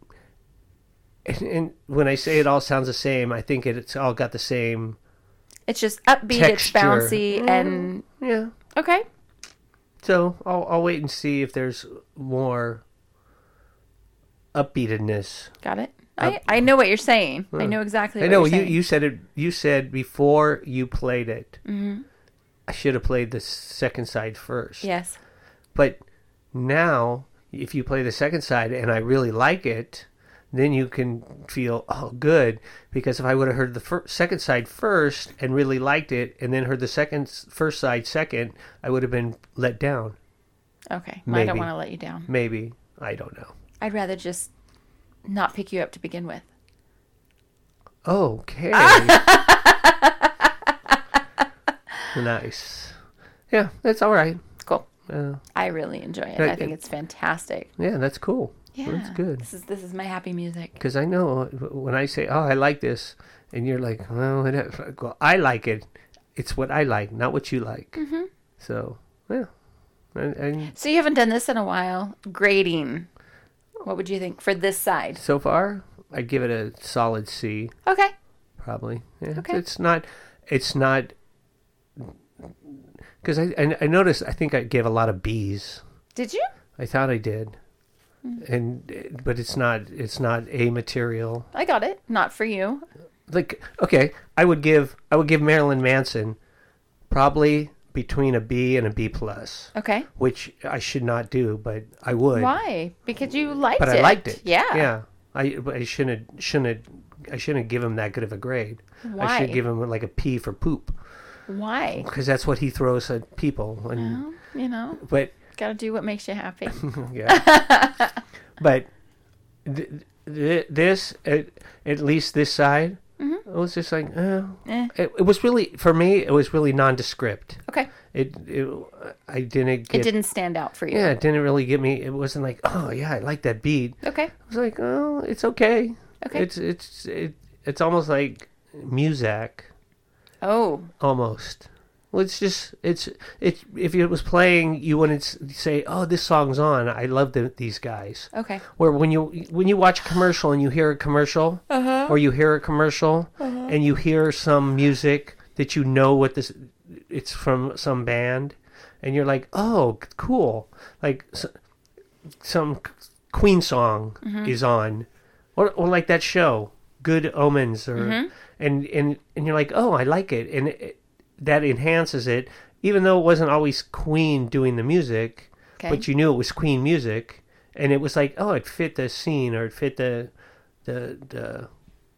Speaker 1: and, and when I say it all sounds the same, I think it, it's all got the same.
Speaker 2: It's just upbeat, it's
Speaker 1: Texture. Mm.
Speaker 2: bouncy, and
Speaker 1: Yeah.
Speaker 2: okay.
Speaker 1: So I'll I'll wait and see if there's more upbeatedness
Speaker 2: Got it. I, I know what you're saying. I know exactly.
Speaker 1: Uh, mm. I
Speaker 2: what
Speaker 1: know you,
Speaker 2: you're saying.
Speaker 1: you said it. You said before you played it,
Speaker 2: Mm-hmm.
Speaker 1: I should have played the second side first.
Speaker 2: Yes.
Speaker 1: But now, if you play the second side and I really like it, then you can feel oh good because if I would have heard the fir- second side first and really liked it, and then heard the second s- first side second, I would have been let down.
Speaker 2: Okay. Well, I don't
Speaker 1: Maybe.
Speaker 2: want to let you down.
Speaker 1: Maybe I don't know.
Speaker 2: I'd rather just not pick you up to begin with.
Speaker 1: Okay. nice. Yeah, that's all right.
Speaker 2: Cool.
Speaker 1: Uh,
Speaker 2: I really enjoy it.
Speaker 1: Uh,
Speaker 2: I think
Speaker 1: it-
Speaker 2: it's fantastic.
Speaker 1: yeah, that's cool.
Speaker 2: Yeah.
Speaker 1: That's good.
Speaker 2: This is this is my happy music.
Speaker 1: Because I know when I say, "Oh, I like this," and you're like, "Well, it- well, I like it. It's what I like, not what you like." Mm-hmm. So, yeah, and, and
Speaker 2: So you haven't done this in a while. Grading. What would you think for this side?
Speaker 1: so far, I'd give it a solid C,
Speaker 2: Okay.
Speaker 1: probably. Yeah,
Speaker 2: Okay.
Speaker 1: It's not. It's not. Because I, I I noticed I think I gave a lot of B's.
Speaker 2: Did you?
Speaker 1: I thought I did, and eh, but it's not. It's not a material.
Speaker 2: I got it. Not for you.
Speaker 1: like okay, I would give I would give Marilyn Manson probably between a B and a B plus,
Speaker 2: Okay.
Speaker 1: which I should not do, but I would.
Speaker 2: Why? Because you liked
Speaker 1: But
Speaker 2: it.
Speaker 1: I liked it.
Speaker 2: Yeah.
Speaker 1: yeah. I but I shouldn't have- shouldn't have- I shouldn't give him that good of a grade. I
Speaker 2: Why?
Speaker 1: should give him like a P for poop
Speaker 2: Why?
Speaker 1: because that's what he throws at people. And
Speaker 2: Well, you know,
Speaker 1: but
Speaker 2: gotta do what makes you happy.
Speaker 1: yeah, but th- th- this at, at least this side.
Speaker 2: Mm-hmm.
Speaker 1: I was just like, oh,
Speaker 2: Eh.
Speaker 1: it, it was really for me. It was really nondescript.
Speaker 2: Okay.
Speaker 1: It, it I didn't get
Speaker 2: It didn't stand out for you.
Speaker 1: yeah it didn't really get me. It wasn't like oh yeah I like that beat. I
Speaker 2: Okay.
Speaker 1: was like oh it's okay.
Speaker 2: Okay.
Speaker 1: It's it's it, it's almost like Muzak
Speaker 2: Oh,
Speaker 1: almost. Well, it's just it's it if it was playing you wouldn't s- say oh this song's on I love the, these guys.
Speaker 2: okay.
Speaker 1: Where when you when you watch a commercial and you hear a commercial or you hear a commercial and you hear some music that you know what this it's from some band and you're like oh cool like s some Queen song is on or or like that show Good Omens or and and and you're like oh I like it and it, that enhances it even though it wasn't always Queen doing the music
Speaker 2: Okay.
Speaker 1: but you knew it was Queen music, and it was like, oh, it fit the scene or it fit the, the the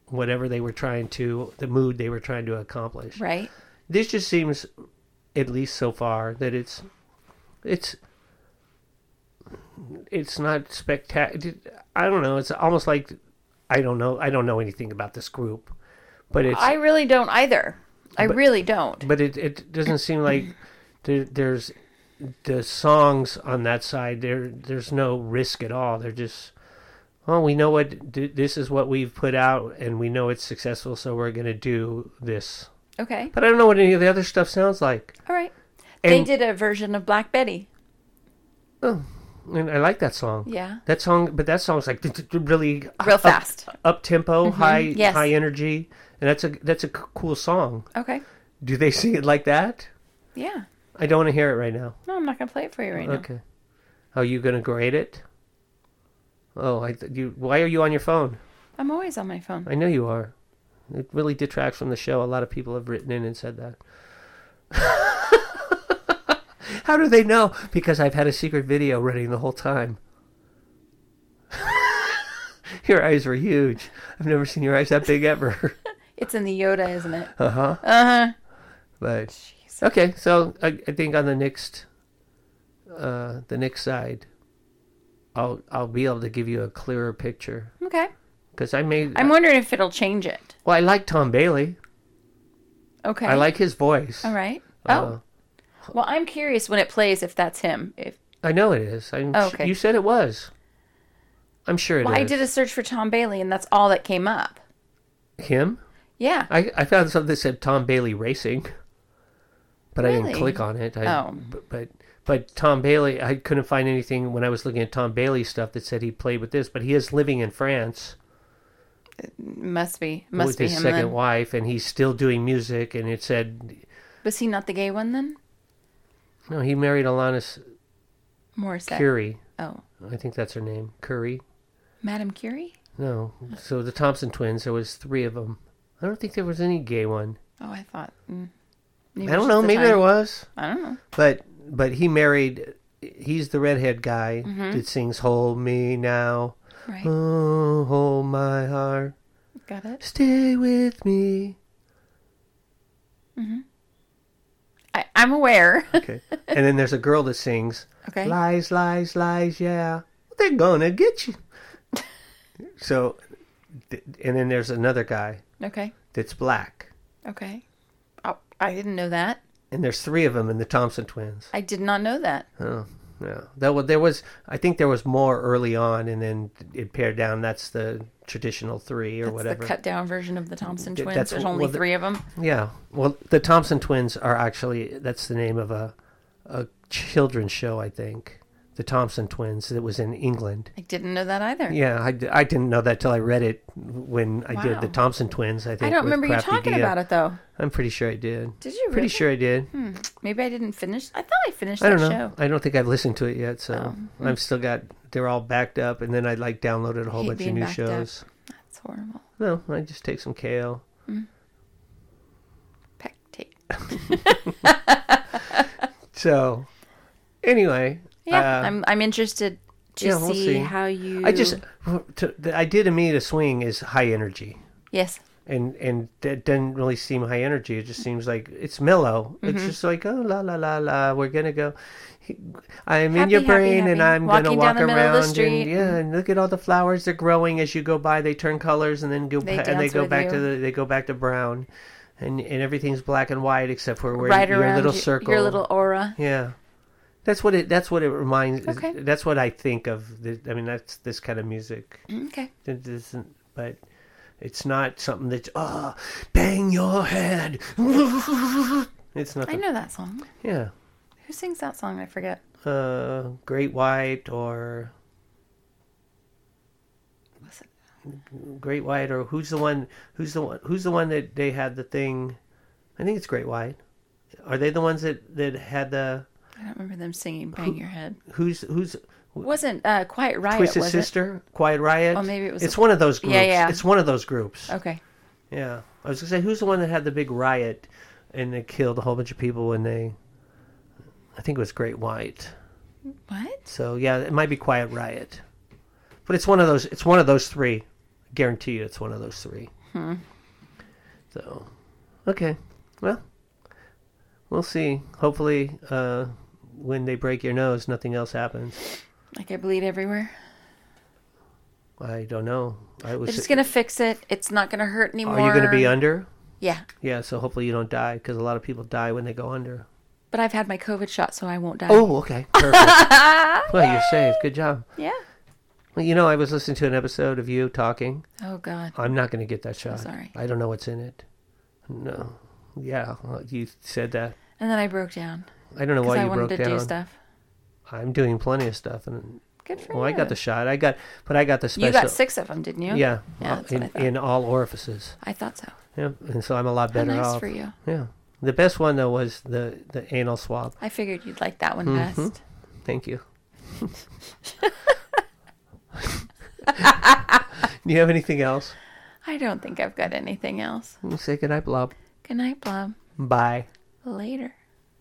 Speaker 1: whatever they were trying to, the mood they were trying to accomplish.
Speaker 2: Right.
Speaker 1: This just seems, at least so far, that it's, it's, it's not spectacular. I don't know. It's almost like, I don't know. I don't know anything about this group, but it's
Speaker 2: I really don't either. I really don't.
Speaker 1: but it, it doesn't seem like there, there's the songs on that side there there's no risk at all they're just oh we know what th- this is what we've put out and we know it's successful so we're going to do this
Speaker 2: Okay.
Speaker 1: but i don't know what any of the other stuff sounds like
Speaker 2: All right. They
Speaker 1: And-
Speaker 2: did a version of Black Betty.
Speaker 1: and i like that song
Speaker 2: Yeah.
Speaker 1: that song but that song's like really
Speaker 2: Real fast. Mm-hmm.
Speaker 1: up tempo high
Speaker 2: Yes.
Speaker 1: high energy and that's a that's a c- cool song
Speaker 2: Okay.
Speaker 1: do they sing it like that
Speaker 2: Yeah.
Speaker 1: i don't want to hear it right now
Speaker 2: No, I'm not gonna play it for you right
Speaker 1: Okay. Are you gonna grade it? Oh, I th- you. Why are you on your phone?
Speaker 2: now. I'm always on my phone.
Speaker 1: I know you are. It really detracts from the show. A lot of people have written in and said that. How do they know? Because I've had a secret video running the whole time. your eyes were huge. I've never seen your eyes that big ever.
Speaker 2: It's in the Yoda, isn't it?
Speaker 1: Uh-huh.
Speaker 2: Uh-huh.
Speaker 1: But okay, so I, I think on the next, uh, the next side, I'll I'll be able to give you a clearer picture
Speaker 2: Okay.
Speaker 1: because I made.
Speaker 2: I'm wondering if it'll change it.
Speaker 1: well, I like Tom Bailey.
Speaker 2: Okay.
Speaker 1: I like his voice. Uh,
Speaker 2: All right. Oh. well, I'm curious when it plays if that's him. If
Speaker 1: I know it is. I'm
Speaker 2: Oh,
Speaker 1: su-
Speaker 2: okay.
Speaker 1: You said it was. I'm sure it is.
Speaker 2: well, I did a search for Tom Bailey and that's all that came up.
Speaker 1: him.
Speaker 2: Yeah.
Speaker 1: I, I found something that said Tom Bailey Racing, but I didn't
Speaker 2: Really?
Speaker 1: click on it. I,
Speaker 2: Oh.
Speaker 1: b- But, but Tom Bailey, I couldn't find anything when I was looking at Tom Bailey stuff that said he played with this, but he is living in France
Speaker 2: Must be. Must
Speaker 1: with
Speaker 2: be
Speaker 1: his
Speaker 2: him
Speaker 1: second
Speaker 2: then.
Speaker 1: wife, and he's still doing music. And it said,
Speaker 2: Was he not the gay one then?
Speaker 1: no, he married Alanis
Speaker 2: Morissette.
Speaker 1: Curie.
Speaker 2: Oh,
Speaker 1: I think that's her name. Curie?
Speaker 2: Madame Curie.
Speaker 1: No. So the Thompson twins, there was three of them. I don't think there was any gay one.
Speaker 2: Oh, I thought. Mm,
Speaker 1: I don't know. Maybe there was.
Speaker 2: I don't know.
Speaker 1: But but he married. He's the redhead guy
Speaker 2: Mm-hmm.
Speaker 1: that sings "Hold Me Now."
Speaker 2: Right.
Speaker 1: Oh, hold my heart.
Speaker 2: Got it.
Speaker 1: Stay with me.
Speaker 2: I, I'm aware.
Speaker 1: Okay. and then there's a girl that sings
Speaker 2: okay.
Speaker 1: lies, lies, lies. Yeah, they're gonna get you. so, th- and then there's another guy
Speaker 2: Okay.
Speaker 1: that's black,
Speaker 2: Okay. Oh, I didn't know that.
Speaker 1: and there's three of them in the Thompson twins.
Speaker 2: I did not know that.
Speaker 1: Oh, yeah. That was there was. I think there was more early on, and then it pared down. That's the traditional three or
Speaker 2: That's
Speaker 1: whatever.
Speaker 2: the cut down version of the Thompson
Speaker 1: Th-
Speaker 2: twins.
Speaker 1: that's
Speaker 2: There's
Speaker 1: what-
Speaker 2: only
Speaker 1: well, the-
Speaker 2: three of them.
Speaker 1: Yeah. Well, the Thompson twins are actually that's the name of a a children's show, I think. The Thompson twins that was in England.
Speaker 2: I didn't know that either.
Speaker 1: Yeah, I, I didn't know that till I read it when I did the
Speaker 2: Wow.
Speaker 1: Thompson twins. I think
Speaker 2: I don't
Speaker 1: with
Speaker 2: remember you
Speaker 1: Crafty
Speaker 2: talking
Speaker 1: Dia.
Speaker 2: about it though.
Speaker 1: I'm pretty sure I did.
Speaker 2: Did you
Speaker 1: Pretty
Speaker 2: really?
Speaker 1: sure I did.
Speaker 2: Maybe I didn't finish. I thought I finished
Speaker 1: I don't
Speaker 2: that
Speaker 1: know.
Speaker 2: show. Oh, hmm.
Speaker 1: I don't think I've listened to it yet, so I've still got. They're all backed up, and then I like downloaded a whole
Speaker 2: Hate
Speaker 1: bunch of
Speaker 2: being
Speaker 1: new
Speaker 2: backed up.
Speaker 1: shows.
Speaker 2: It's horrible.
Speaker 1: No, I just take some kale.
Speaker 2: Peck tape.
Speaker 1: So, anyway,
Speaker 2: Yeah,
Speaker 1: uh,
Speaker 2: I'm I'm interested to
Speaker 1: yeah,
Speaker 2: see,
Speaker 1: we'll see.
Speaker 2: how you.
Speaker 1: I just to, the idea to me to swing is high energy,
Speaker 2: yes.
Speaker 1: and and that doesn't really seem high energy. It just seems like it's mellow. It's
Speaker 2: Mm-hmm.
Speaker 1: just like oh la la la la, we're gonna go. I'm in
Speaker 2: Happy,
Speaker 1: your
Speaker 2: happy,
Speaker 1: brain, and
Speaker 2: happy.
Speaker 1: I'm
Speaker 2: Walking
Speaker 1: gonna walk
Speaker 2: down the middle of the
Speaker 1: around,
Speaker 2: street.
Speaker 1: and yeah, and look at all the flowers. They're growing as you go by. They turn colors, and then go
Speaker 2: They
Speaker 1: pa- and they
Speaker 2: dance
Speaker 1: go
Speaker 2: with
Speaker 1: back
Speaker 2: you.
Speaker 1: to the they go back to brown, and and everything's black and white except for where
Speaker 2: right
Speaker 1: your
Speaker 2: around
Speaker 1: little
Speaker 2: y-
Speaker 1: circle,
Speaker 2: your little aura.
Speaker 1: yeah. That's what it. That's what it reminds.
Speaker 2: Okay.
Speaker 1: That's what I think of. The, I mean, that's this kind of music.
Speaker 2: Okay.
Speaker 1: It isn't, but it's not something that's ah bang your head. it's not.
Speaker 2: I know that song.
Speaker 1: Yeah,
Speaker 2: Who sings that song? I forget.
Speaker 1: uh, Great White or
Speaker 2: What's it?
Speaker 1: Great White or who's the one? Who's the one? Who's the one that they had the thing? I think it's Great White. Are they the ones that that had the
Speaker 2: I don't remember them singing "Bang Your Head."
Speaker 1: who's who's
Speaker 2: Wasn't uh, Quiet Riot?
Speaker 1: Twisted
Speaker 2: was
Speaker 1: Sister, Quiet Riot?
Speaker 2: Oh, maybe it was-
Speaker 1: It's one of those groups.
Speaker 2: yeah.
Speaker 1: It's one of those groups.
Speaker 2: It? Okay.
Speaker 1: Yeah, I was gonna say who's the one that had the big riot and they killed a whole bunch of people when they. I think it was Great White.
Speaker 2: What?
Speaker 1: So yeah, it might be Quiet Riot, but it's one of those. It's one of those three. guarantee you, it's one of those three. So, okay, well, we'll see. Hopefully, uh, when they break your nose, nothing else happens.
Speaker 2: Like I bleed everywhere.
Speaker 1: I don't know. I was.
Speaker 2: They're just gonna fix it. It's not gonna hurt anymore.
Speaker 1: Are you going to be under?
Speaker 2: Yeah,
Speaker 1: Yeah. So hopefully you don't die because a lot of people die when they go under.
Speaker 2: but I've had my COVID shot, so I won't die.
Speaker 1: Oh, okay. Perfect. well, you're safe. Good job.
Speaker 2: yeah.
Speaker 1: Well, you know, I was listening to an episode of you talking.
Speaker 2: Oh God.
Speaker 1: I'm not going to get that shot.
Speaker 2: sorry.
Speaker 1: I don't know what's in it. No. Yeah, well, you said that.
Speaker 2: And then I broke down
Speaker 1: I don't know
Speaker 2: because
Speaker 1: why
Speaker 2: I
Speaker 1: you
Speaker 2: wanted
Speaker 1: broke
Speaker 2: to
Speaker 1: down.
Speaker 2: do stuff.
Speaker 1: I'm doing plenty of stuff, and
Speaker 2: Good for
Speaker 1: well,
Speaker 2: you.
Speaker 1: I got the shot. I got, but I got the special.
Speaker 2: You got six of them, didn't you?
Speaker 1: Yeah,
Speaker 2: Yeah,
Speaker 1: uh,
Speaker 2: that's what
Speaker 1: in,
Speaker 2: I thought.
Speaker 1: in all orifices.
Speaker 2: I thought so.
Speaker 1: Yeah, and so I'm a lot
Speaker 2: How
Speaker 1: better
Speaker 2: nice
Speaker 1: off.
Speaker 2: for you.
Speaker 1: Yeah, the best one though was the the anal swab.
Speaker 2: I figured you'd like that one
Speaker 1: Mm-hmm.
Speaker 2: best.
Speaker 1: Thank you. Do you have anything else?
Speaker 2: I don't think I've got anything else.
Speaker 1: Say goodnight, Blob.
Speaker 2: Good night, Blob.
Speaker 1: Bye.
Speaker 2: Later.